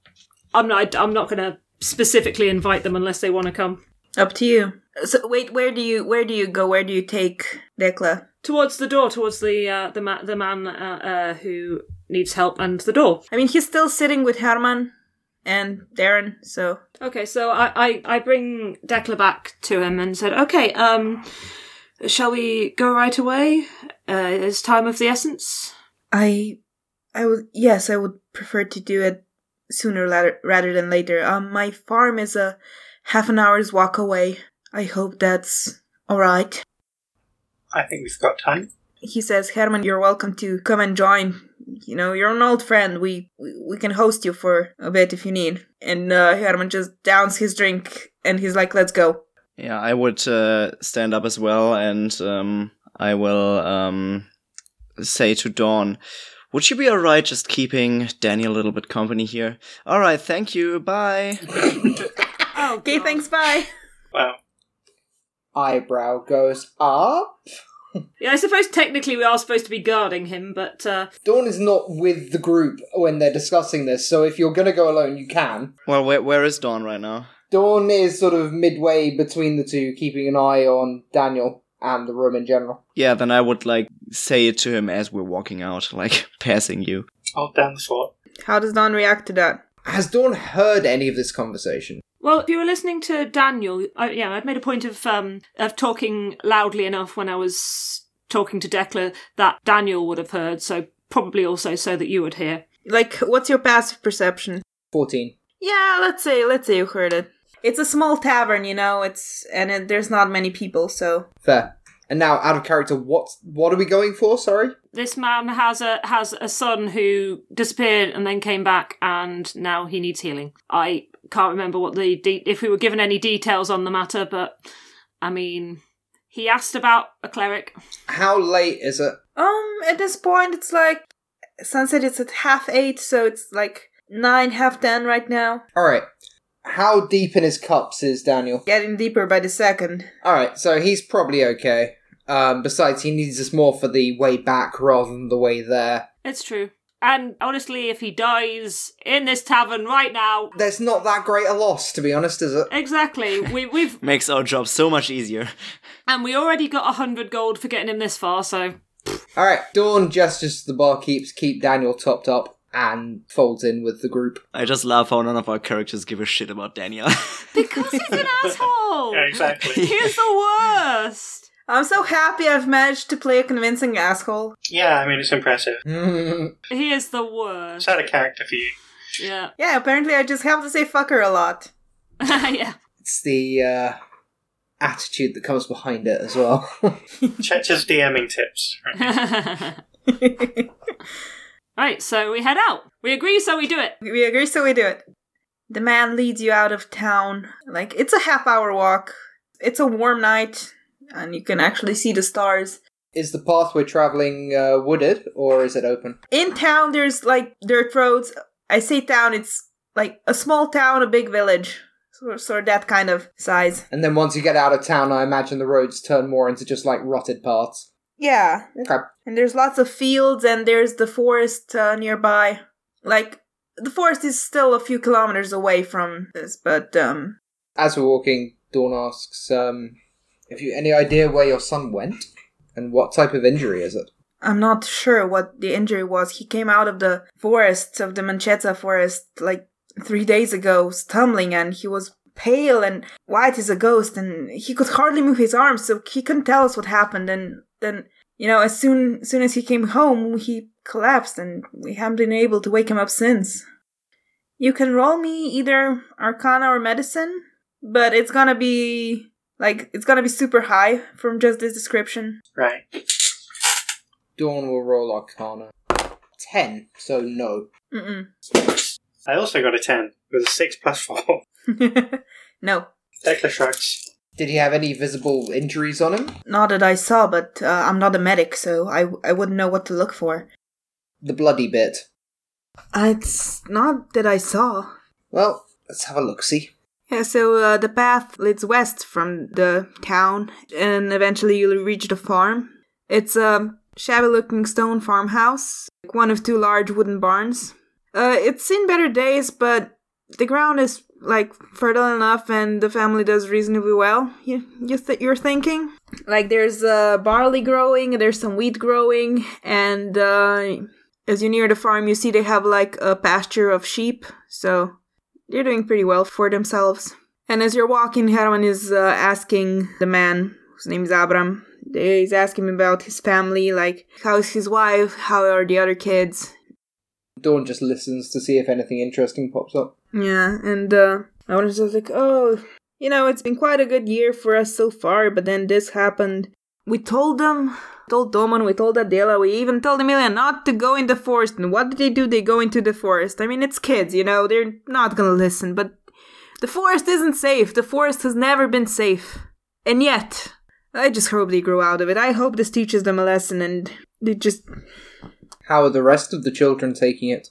I'm not I'm not going to specifically invite them unless they want to come
Up to you. So wait, where do you where do you go? Where do you take Dekla?
towards the door, towards the uh, the ma- the man uh, uh, who needs help and the door.
I mean, he's still sitting with Herman and Darren. So
Okay, so I, I, I bring Decla back to him and said, okay, um, shall we go right away? Uh, it's time of the essence.
I, I would yes, I would prefer to do it sooner rather, rather than later. Um, my farm is a half an hour's walk away. I hope that's all right.
I think we've got time.
He says, Herman, you're welcome to come and join. You know, you're an old friend. We we, we can host you for a bit if you need. And uh, Herman just downs his drink and he's like, let's go.
Yeah, I would uh, stand up as well, and um, I will um, say to Dawn, "Would you be all right just keeping Daniel a little bit company here?" All right, thank you. Bye.
Oh,
Okay,
God.
thanks, bye.
Wow.
Eyebrow goes up.
Yeah, I suppose technically we are supposed to be guarding him, but uh,
Dawn is not with the group when they're discussing this, so if you're going to go alone, you can.
Well, where where is Dawn right now?
Dawn is sort of midway between the two, keeping an eye on Daniel and the room in general.
Yeah, then I would like say it to him as we're walking out, like passing you.
Hold down the fort.
How does Don react to that?
Has Dawn heard any of this conversation?
Well, if you were listening to Daniel, I, yeah, I'd made a point of um, of talking loudly enough when I was talking to Decla that Daniel would have heard, so probably also so that you would hear.
Like, what's your passive perception?
14.
Yeah, let's say, let's say you heard it. It's a small tavern, you know. It's and it, there's not many people, so
Fair. And now, out of character, what what are we going for? Sorry,
This man has a has a son who disappeared and then came back, and now he needs healing. I can't remember what the de- if we were given any details on the matter, but I mean, he asked about a cleric.
how late is it?
um, at this point, it's like sunset. It's at half eight, so it's like nine, half ten right now.
All right. How deep in his cups is Daniel?
Getting deeper by the second.
All right, so he's probably okay. Um, besides, he needs us more for the way back rather than the way there.
It's true. And honestly, if he dies in this tavern right now,
There's not that great a loss, to be honest, is it?
Exactly. We, we've
Makes our job so much easier.
and we already got a hundred gold for getting him this far. So
All right, Dawn gestures to the barkeeps, keep Daniel topped up, and folds in with the group.
I just love how none of our characters give a shit about Daniel.
because he's an asshole,
Yeah, exactly.
he's the worst.
I'm so happy I've managed to play a convincing asshole.
yeah, I mean it's impressive.
Mm.
He is the
It's
worst.
out of character for you.
Yeah,
Yeah, apparently I just have to say fucker a lot.
yeah.
It's the uh, attitude that comes behind it as well.
Checha's DMing tips. Right.
right. So we head out. We agree, so we do it.
We agree, so we do it. The man leads you out of town. Like, it's a half hour walk. It's a warm night, and you can actually see the stars.
is the path we're traveling uh, wooded or is it open?
In town, there's like dirt roads. I say town, it's like a small town, a big village. So, so that kind of size.
And then once you get out of town, I imagine the roads turn more into just like rotted paths.
Yeah.
Okay.
And there's lots of fields, and there's the forest uh, nearby. Like, the forest is still a few kilometers away from this, but, um,
As we're walking, Dawn asks, um, "Have you any idea where your son went and what type of injury is it?"
I'm not sure what the injury was. He came out of the forest, of the Manchetta forest, like three days ago, stumbling, and he was pale and white as a ghost, and he could hardly move his arms, so he couldn't tell us what happened. And then You know, as soon as soon as he came home, he collapsed, and we haven't been able to wake him up since. You can roll me either Arcana or Medicine, but it's gonna be like it's gonna be super high from just this description.
Right.
Dawn will roll Arcana. Ten, so no.
Mm
I also got a 10 with a 6 plus 4.
mm. no,
Declan shrugs.
Did he have any visible injuries on him?
not that I saw, but uh, I'm not a medic, so I I wouldn't know what to look for.
The bloody bit.
Uh, it's not that I saw.
Well, let's have a look see.
Yeah, so uh, the path leads west from the town, and eventually you'll reach the farm. It's a shabby looking stone farmhouse, like one of two large wooden barns. Uh, it's seen better days, but the ground is like fertile enough and the family does reasonably well you, you th- you're thinking like there's uh, barley growing there's some wheat growing and uh, as you near the farm you see they have like a pasture of sheep so they're doing pretty well for themselves. And as you're walking, Herman is uh, asking the man, whose name is Abram, he's asking him about his family, like how's his wife, how are the other kids.
Dawn just listens to see if anything interesting pops up.
Yeah, and uh, I was just like, oh, you know, it's been quite a good year for us so far, but then this happened. We told them, told Doman, we told Adela, we even told Emilia not to go in the forest. And what did they do? They go into the forest. I mean, it's kids, you know, they're not gonna listen, but the forest isn't safe. The forest has never been safe. And yet, I just hope they grow out of it. I hope this teaches them a lesson and they just.
How are the rest of the children taking it?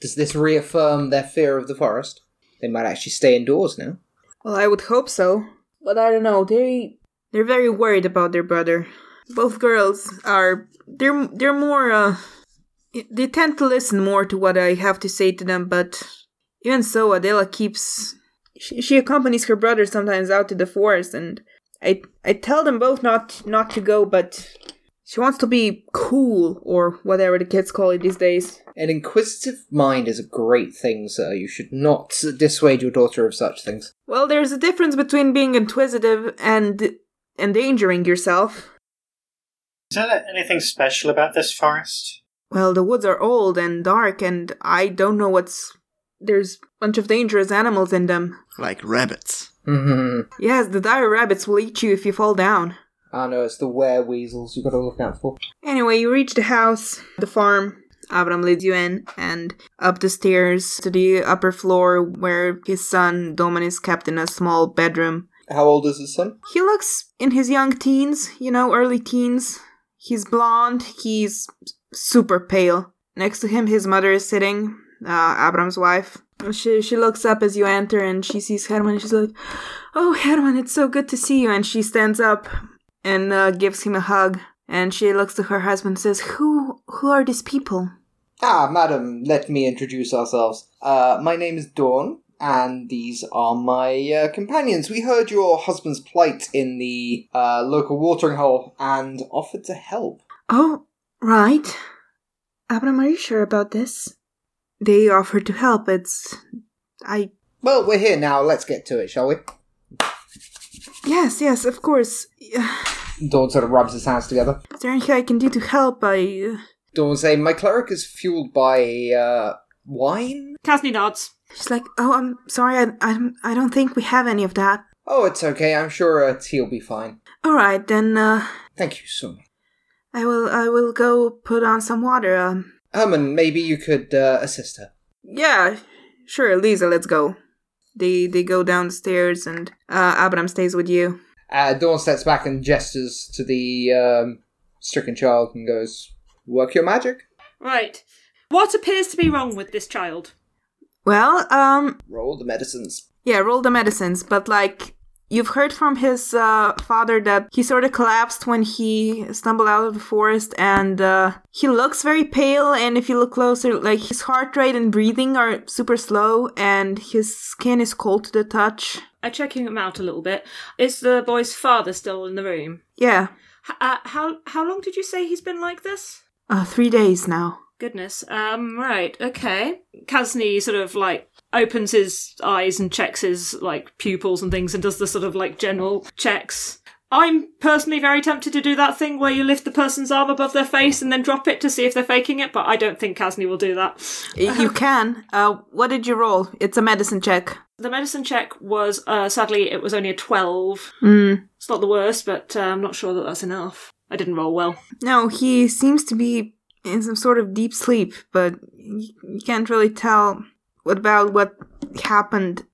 Does this reaffirm their fear of the forest? They might actually stay indoors now.
Well, I would hope so. But I don't know. They they're very worried about their brother. Both girls are they're they're more uh they tend to listen more to what I have to say to them, but even so Adela keeps she, she accompanies her brother sometimes out to the forest and I I tell them both not not to go, but she wants to be cool or whatever the kids call it these days.
An inquisitive mind is a great thing, sir. You should not dissuade your daughter of such things.
Well, there's a difference between being inquisitive and endangering yourself.
Is there anything special about this forest?
Well, the woods are old and dark, and I don't know what's. There's a bunch of dangerous animals in them.
Like rabbits.
hmm
Yes, the dire rabbits will eat you if you fall down.
I know it's the were weasels you've got to look out for.
Anyway, you reach the house, the farm. Abram leads you in and up the stairs to the upper floor where his son Doman is kept in a small bedroom.
How old is his son?
He looks in his young teens, you know, early teens. He's blonde, he's super pale. Next to him, his mother is sitting, uh, Abram's wife. She, she looks up as you enter and she sees Herman and she's like, Oh, Herman, it's so good to see you. And she stands up and uh, gives him a hug. And she looks to her husband and says, Who, who are these people?
Ah, madam, let me introduce ourselves. Uh, my name is Dawn, and these are my uh, companions. We heard your husband's plight in the uh, local watering hole and offered to help.
Oh, right. Abram, are you sure about this? They offered to help. It's. I
Well, we're here now. Let's get to it, shall we?
Yes, yes, of course. Is
Dawn sort of rubs his hands together.
there anything I can do to help? I.
Dawn saying, "My cleric is fueled by uh, wine."
Casney nods.
She's like, oh, I'm sorry, I, I, I don't think we have any of that.
Oh, it's okay. I'm sure uh, tea'll be fine.
All right, then uh,
Thank you so much,
I will I will go put on some water. Um,
Herman. Maybe you could uh, assist her.
yeah, sure, Lisa, let's go. They they go downstairs and uh, Abram stays with you.
Uh, Dawn steps back and gestures to the um, stricken child and goes, "Work your magic."
Right. What appears to be wrong with this child?
Well, um,
Roll the medicines.
Yeah, roll the medicines, but like you've heard from his uh, father that he sort of collapsed when he stumbled out of the forest, and uh, he looks very pale. And if you look closer, like his heart rate and breathing are super slow, and his skin is cold to the touch.
I'm checking him out a little bit. Is the boy's father still in the room?
Yeah,
H- uh, how how long did you say he's been like this?
uh, three days now.
Goodness. Um. Right. Okay. Casney sort of like opens his eyes and checks his like pupils and things and does the sort of like general checks. I'm personally very tempted to do that thing where you lift the person's arm above their face and then drop it to see if they're faking it, but I don't think Casney will do that.
you can. Uh, what did you roll? It's a medicine check.
The medicine check was, uh, sadly, it was only a 12.
Mm.
It's not the worst, but uh, I'm not sure that that's enough. I didn't roll well.
No, he seems to be in some sort of deep sleep, but you, you can't really tell what about what happened.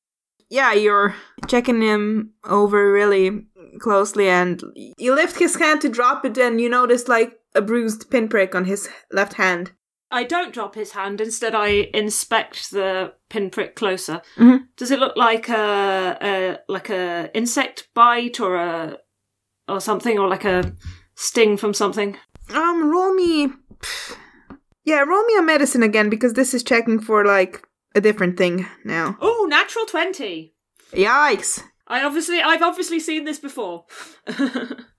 Yeah, you're checking him over really closely, and you lift his hand to drop it, and you notice like a bruised pinprick on his left hand.
I don't drop his hand. Instead, I inspect the pinprick closer.
Mhm.
Does it look like a, a like a insect bite or a or something or like a sting from something?
Um, roll me. pff. Yeah, roll me a medicine again because this is checking for like a different thing now.
Oh, natural twenty.
Yikes.
I obviously I've obviously seen this before.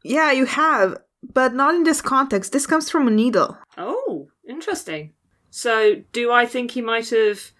Yeah, you have, but not in this context. This comes from a needle.
oh, interesting. So, do I think he might have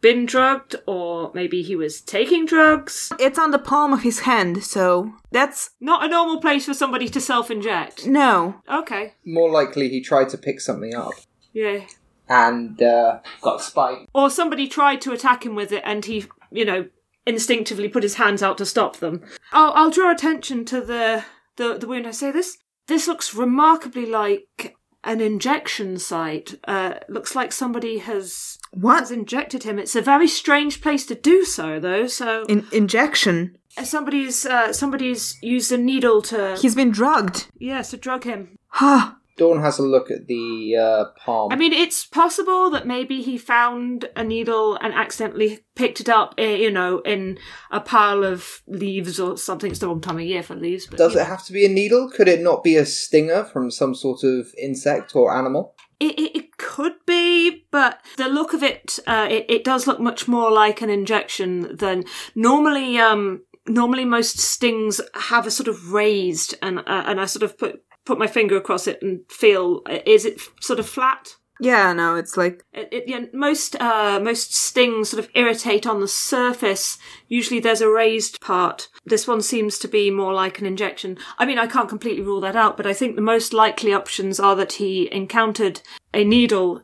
been drugged or maybe he was taking drugs?
It's on the palm of his hand, so that's
Not a normal place for somebody to self-inject.
no.
Okay.
More likely, he tried to pick something up
Yeah.
and uh, got spiked.
or somebody tried to attack him with it and he you know instinctively put his hands out to stop them i'll, I'll draw attention to the, the the wound i say this this looks remarkably like an injection site uh looks like somebody has has
What?
injected him it's a very strange place to do so though so
In- injection.
somebody's uh somebody's used a needle to
He's been drugged.
yeah to drug him
Huh.
Dawn has a look at the uh, palm.
I mean, it's possible that maybe he found a needle and accidentally picked it up, eh, you know, in a pile of leaves or something. It's the wrong time of year for leaves, but
Does
you
it have to be a needle? Could it not be a stinger from some sort of insect or animal?
know. it, it, it could be, but the look of it, uh, it, it does look much more like an injection than normally. Um, normally, most stings have a sort of raised, and uh, and I sort of put put my finger across it and feel is it f- sort of flat.
Yeah, no, it's like
It, it, yeah, most uh, most stings sort of irritate on the surface. Usually, there's a raised part. This one seems to be more like an injection. I mean, I can't completely rule that out, but I think the most likely options are that he encountered a needle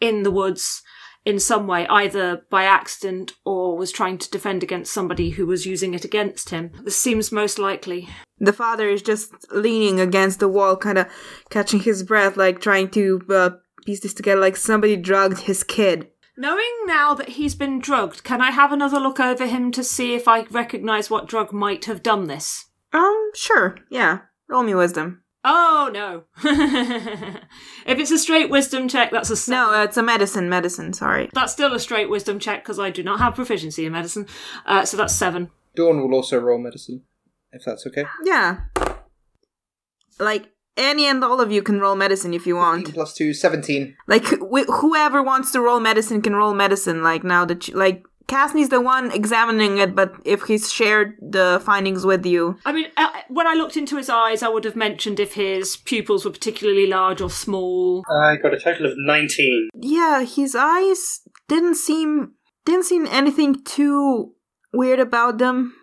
in the woods in some way, either by accident or was trying to defend against somebody who was using it against him. This seems most likely.
the father is just leaning against the wall, kind of catching his breath, like trying to uh, piece this together, like somebody drugged his kid.
Knowing now that he's been drugged, can I have another look over him to see if I recognise what drug might have done this?
Um, sure. Yeah. Roll me wisdom.
Oh no! if it's a straight wisdom check, that's a
No,
seven.
uh, it's a medicine, medicine, sorry.
That's still a straight wisdom check because I do not have proficiency in medicine, uh, so that's seven.
Dawn will also roll medicine, if that's okay.
Yeah. Like, any and all of you can roll medicine if you
15
want.
Plus two, 17.
Like, wh- whoever wants to roll medicine can roll medicine, like, now that you. Like, Casney's the one examining it, but if he's shared the findings with you.
I mean, uh, when I looked into his eyes, I would have mentioned if his pupils were particularly large or small.
I got a total of 19.
Yeah, his eyes didn't seem. Didn't seem anything too weird about them.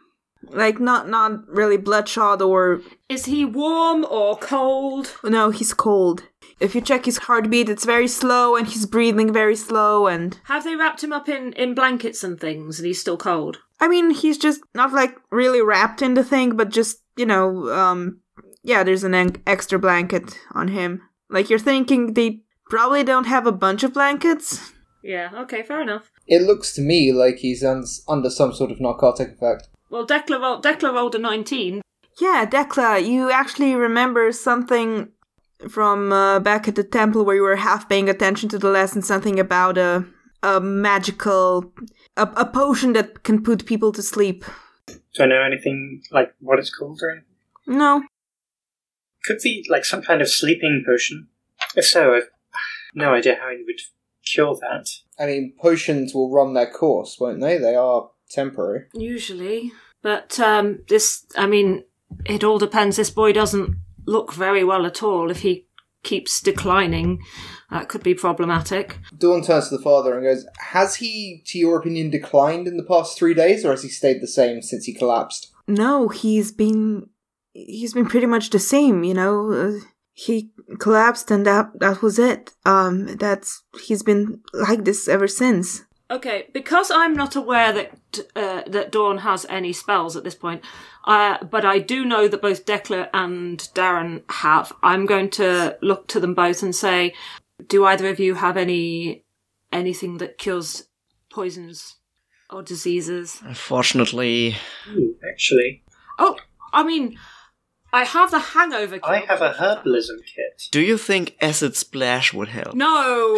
Like, not not really bloodshot or
Is he warm or cold?
No, he's cold. If you check his heartbeat, it's very slow and he's breathing very slow and
Have they wrapped him up in, in blankets and things, and he's still cold?
I mean, he's just not like really wrapped in the thing, but just, you know, um yeah, there's an en- extra blanket on him. Like you're thinking they probably don't have a bunch of blankets.
Yeah. Okay. Fair enough.
It looks to me like he's un- under some sort of narcotic effect.
Well, Decla rolled, Decla rolled a nineteen.
Yeah, Dekla, you actually remember something from uh, back at the temple where you were half paying attention to the lesson, something about a a magical a, a potion that can put people to sleep.
Do I know anything, like, what it's called or anything?
No,
Could be, like, some kind of sleeping potion. If so, I've no idea how you would cure that.
I mean, potions will run their course, won't they? They are temporary.
Usually. But um, this, I mean, it all depends. This boy doesn't look very well at all. If he keeps declining, that could be problematic.
Dawn turns to the father and goes, Has he, to your opinion, declined in the past three days, or has he stayed the same since he collapsed?
no, he's been he's been pretty much the same, you know. Uh, he collapsed and that that was it. Um that's he's been like this ever since.
Okay, because I'm not aware that uh, that Dawn has any spells at this point, uh, but I do know that both Declan and Darren have. I'm going to look to them both and say, "Do either of you have any anything that cures poisons or diseases?"
Unfortunately,
Ooh, actually,
Oh, I mean, I have the hangover. Cure.
I have a herbalism kit.
do you think acid splash would help?
No,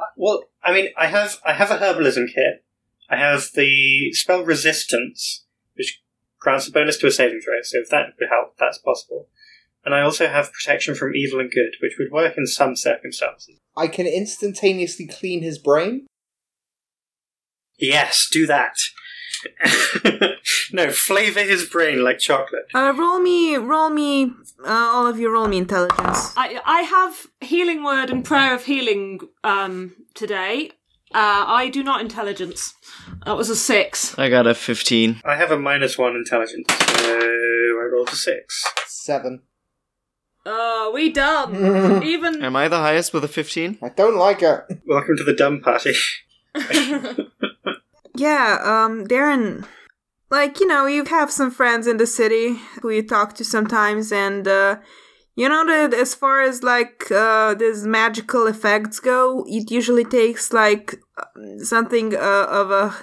Uh, Well, I mean, I have I have a herbalism kit. I have the spell resistance, which grants a bonus to a saving throw. So if that would help, that's possible. And I also have protection from evil and good, which would work in some circumstances.
I can instantaneously clean his brain.
Yes, do that. no, flavor his brain like chocolate.
Uh roll me roll me uh, all of you roll me intelligence.
I I have healing word and prayer of healing um, today. Uh, I do not intelligence. That was a six.
I got a 15.
I have a minus one intelligence, so I rolled a six.
Seven.
Oh, we dumb. Even
Am I the highest with a 15?
I don't like it.
Welcome to the dumb party.
Yeah, um Darren like, you know, you have some friends in the city who you talk to sometimes and uh you know that as far as like uh these magical effects go, it usually takes like something uh, of a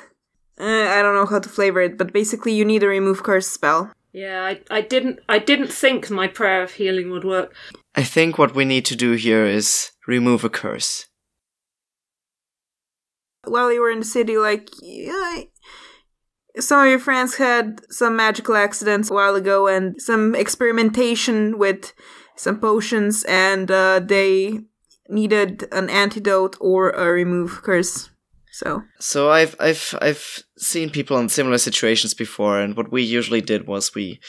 uh, I don't know how to flavor it, but basically you need a remove curse spell.
yeah, I, I didn't I didn't think my prayer of healing would work.
I think what we need to do here is remove a curse.
While you were in the city like yeah, some of your friends had some magical accidents a while ago and some experimentation with some potions and uh, they needed an antidote or a remove curse. So
So I've I've I've seen people in similar situations before, and what we usually did was we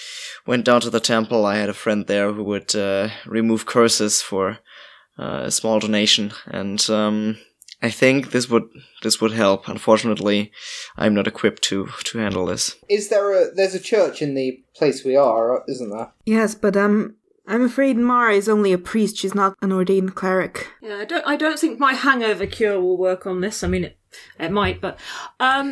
went down to the temple. I had a friend there who would uh, remove curses for uh, a small donation, and um, I think this would this would help. Unfortunately, I'm not equipped to to handle this.
Is there a there's a church in the place we are, isn't there?
yes, but um I'm afraid Mara is only a priest, she's not an ordained cleric.
Yeah, I don't I don't think my hangover cure will work on this. I mean it it might, but um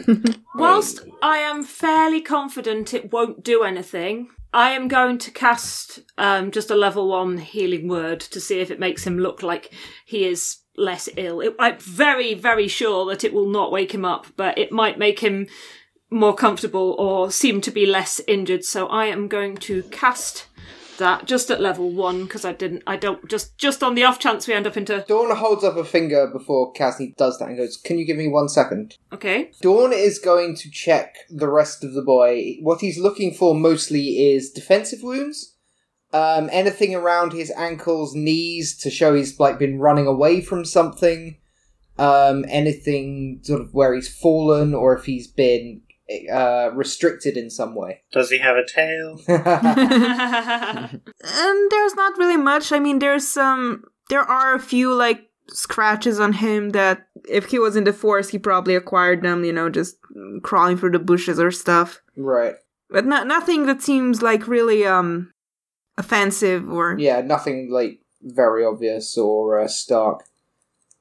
whilst I am fairly confident it won't do anything, I am going to cast um just a level 1 healing word to see if it makes him look like he is less ill. It, I'm very very sure that it will not wake him up, but it might make him more comfortable or seem to be less injured. So I am going to cast that just at level 1 because I didn't I don't just just on the off chance we end up into
Dawn holds up a finger before Cassie does that and goes, Can you give me one second?
Okay.
Dawn is going to check the rest of the boy. What he's looking for mostly is defensive wounds. Um, anything around his ankles, knees to show he's like been running away from something. Um, anything sort of where he's fallen or if he's been uh, restricted in some way.
Does he have a tail?
And there's not really much. I mean, there's some. There are a few like scratches on him that, if he was in the forest, he probably acquired them. You know, just crawling through the bushes or stuff.
right.
But not nothing that seems like really um offensive or
Yeah, nothing like very obvious or uh, stark.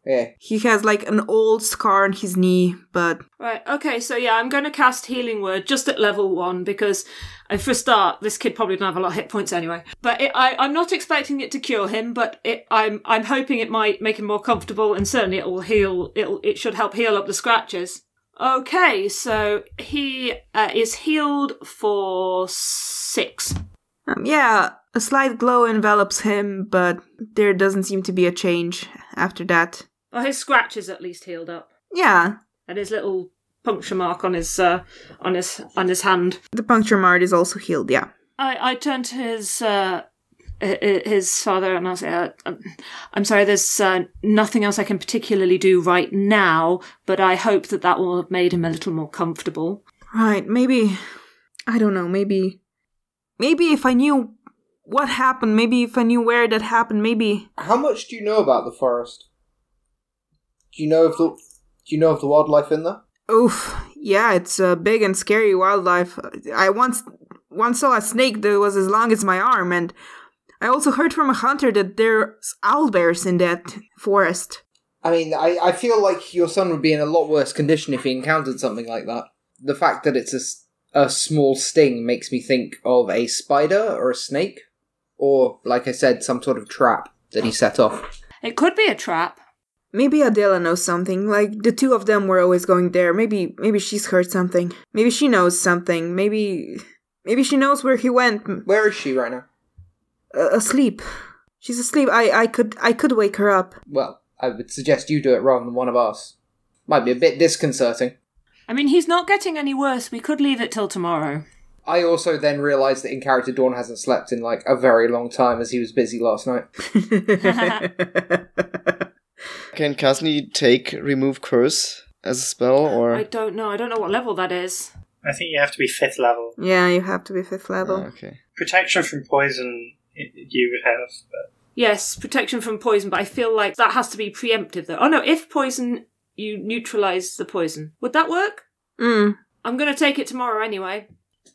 Yeah,
he has like an old scar on his knee. But
right, okay, so yeah, I'm going to cast Healing Word just at level one because, uh, for a start, this kid probably doesn't have a lot of hit points anyway. But it, I, I'm not expecting it to cure him, but it, I'm I'm hoping it might make him more comfortable, and certainly it will heal. It will it should help heal up the scratches. Okay, so he uh, is healed for six.
um, yeah, a slight glow envelops him, but there doesn't seem to be a change after that.
Well, his scratch is at least healed up,
Yeah,
and his little puncture mark on his uh, on his on his hand
the puncture mark is also healed. Yeah.
I, I turned to his uh, hi- hi- his father and I said, uh, um, "I'm sorry. There's uh, nothing else I can particularly do right now, but I hope that that will have made him a little more comfortable."
Right, maybe I don't know, maybe maybe if I knew what happened, maybe if I knew where that happened, maybe
How much do you know about the forest? Do you know of the Do you know of the wildlife in there?
oof, yeah, it's uh, big and scary wildlife. I once once saw a snake that was as long as my arm, and I also heard from a hunter that there's owl bears in that forest.
I mean, I, I feel like your son would be in a lot worse condition if he encountered something like that. The fact that it's a, s- a small sting makes me think of a spider or a snake, or, like I said, some sort of trap that he set off.
It could be a trap.
Maybe Adela knows something. Like the two of them were always going there. Maybe maybe she's heard something. Maybe she knows something. Maybe maybe she knows where he went m-
Where is she right now?
uh, asleep. She's asleep. I I could I could wake her up.
Well, I would suggest you do it rather than one of us. Might be a bit disconcerting.
I mean, he's not getting any worse. We could leave it till tomorrow.
I also then realised that in character Dawn hasn't slept in like a very long time as he was busy last night.
Can Kasni take remove curse as a spell or
I don't know. I don't know what level that is.
I think you have to be fifth level.
yeah, you have to be fifth
Ah,
level.
okay.
Protection from poison y- you would have, but
Yes, protection from poison, but I feel like that has to be preemptive, though. Oh no, if poison, you neutralize the poison. Would that work?
Mm.
I'm gonna take it tomorrow anyway.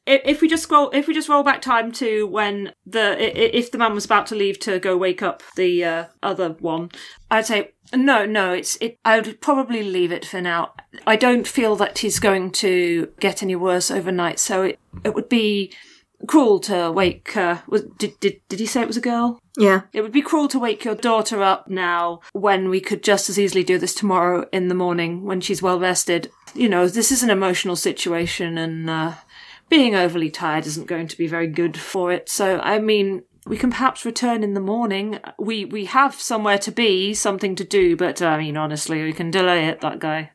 I- If we just scroll, if we just roll back time to when the i- i- if the man was about to leave to go wake up the uh, other one, I'd say no, no. It's it. I would probably leave it for now. I don't feel that he's going to get any worse overnight, so it it would be cruel to wake. Uh, was, did did did he say it was a girl?
Yeah.
It would be cruel to wake your daughter up now when we could just as easily do this tomorrow in the morning when she's well rested. You know, this is an emotional situation and uh, being overly tired isn't going to be very good for it. So, I mean, we can perhaps return in the morning. We we have somewhere to be, something to do, but I mean, honestly, we can delay it, that guy.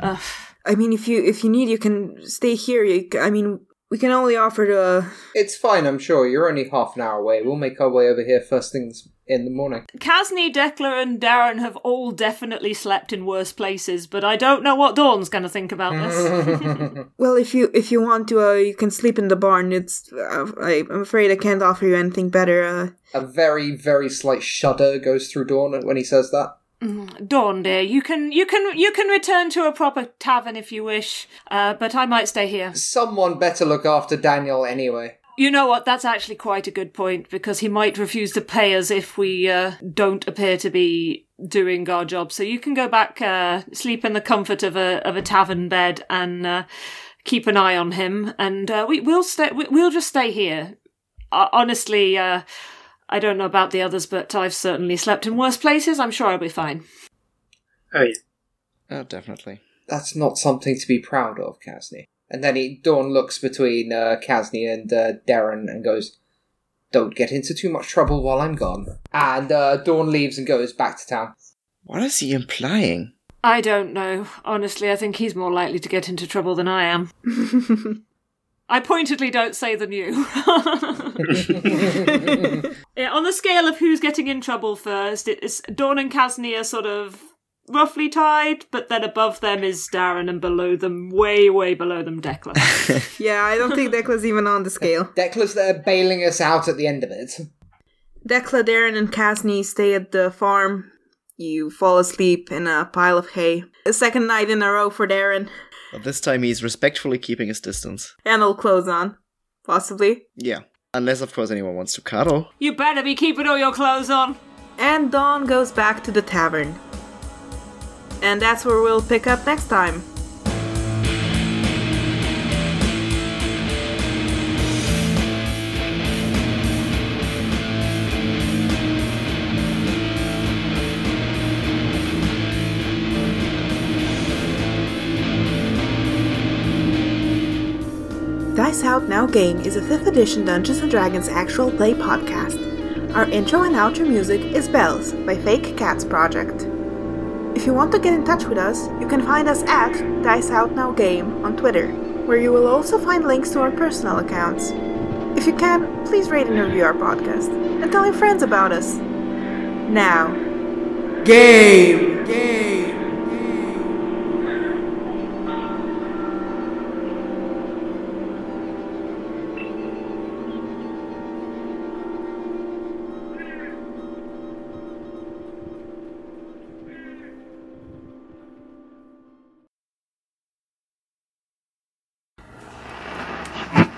Uh,
I mean, if you if you need, you can stay here. You, c- I mean, we can only offer to. uh,
It's fine, I'm sure. You're only half an hour away. We'll make our way over here first things in the morning.
Kazni, Dekla, and Darren have all definitely slept in worse places, but I don't know what Dawn's going to think about this.
Well, if you if you want to, uh, you can sleep in the barn. It's uh, I, I'm afraid I can't offer you anything better. Uh,
A very, very slight shudder goes through Dawn when he says that.
Dawn, dear, you can you can you can return to a proper tavern if you wish, uh, but I might stay here.
Someone better look after Daniel anyway.
You know what? That's actually quite a good point because he might refuse to pay us if we uh, don't appear to be doing our job. So you can go back, uh, sleep in the comfort of a of a tavern bed, and uh, keep an eye on him. And uh, we will stay. We, we'll just stay here. Uh, honestly, uh, I don't know about the others, but I've certainly slept in worse places. I'm sure I'll be fine.
oh yeah.
Ah, definitely.
That's not something to be proud of, Casney. And then he, Dawn looks between uh, Casney and uh, Darren and goes, Don't get into too much trouble while I'm gone. And uh, Dawn leaves and goes back to town.
What is he implying?
I don't know. Honestly, I think he's more likely to get into trouble than I am. I pointedly don't say than you. yeah, on the scale of who's getting in trouble first, it's Dawn and Kasni are sort of roughly tied, but then above them is Darren, and below them, way, way below them, Declan.
yeah, I don't think Decla's even on the scale.
Declan's there bailing us out at the end of it.
Decla, Darren, and Casney stay at the farm. You fall asleep in a pile of hay. A second night in a row for Darren.
But this time he's respectfully keeping his distance.
And old clothes on. Possibly.
Yeah. Unless, of course, anyone wants to cuddle.
you better be keeping all your clothes on.
And Dawn goes back to the tavern. And that's where we'll pick up next time. Dice Out Now Game is a 5th edition Dungeons & Dragons actual play podcast. Our intro and outro music is Bells by Fake Cats Project. If you want to get in touch with us, you can find us at Dice Out Now Game on Twitter, where you will also find links to our personal accounts. If you can, please rate and review our podcast, and tell your friends about us. Now,
Game! Game!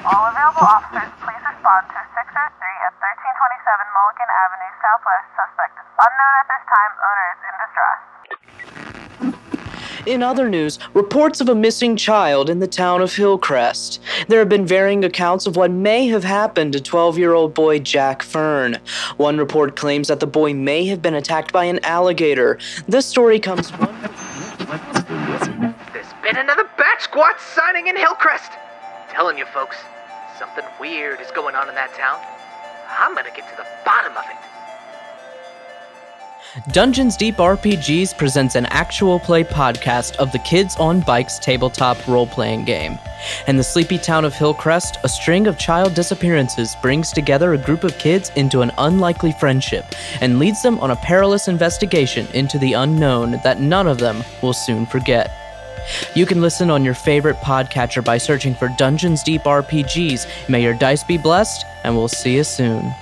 All available officers, please respond to 603 at 1327 Mulligan Avenue Southwest. Suspect unknown at this time. Owner is in distress.
In other news, reports of a missing child in the town of Hillcrest. There have been varying accounts of what may have happened to 12 year old boy Jack Fern. One report claims that the boy may have been attacked by an alligator. This story comes one.
There's been another bat squat sighting in Hillcrest. Telling you folks, something weird is going on in that town. I'm gonna get to the bottom of it.
Dungeons Deep RPGs presents an actual play podcast of the Kids on Bikes tabletop role playing game. In the sleepy town of Hillcrest, a string of child disappearances brings together a group of kids into an unlikely friendship and leads them on a perilous investigation into the unknown that none of them will soon forget. You can listen on your favorite podcatcher by searching for Dungeons Deep RPGs. May your dice be blessed, and we'll see you soon.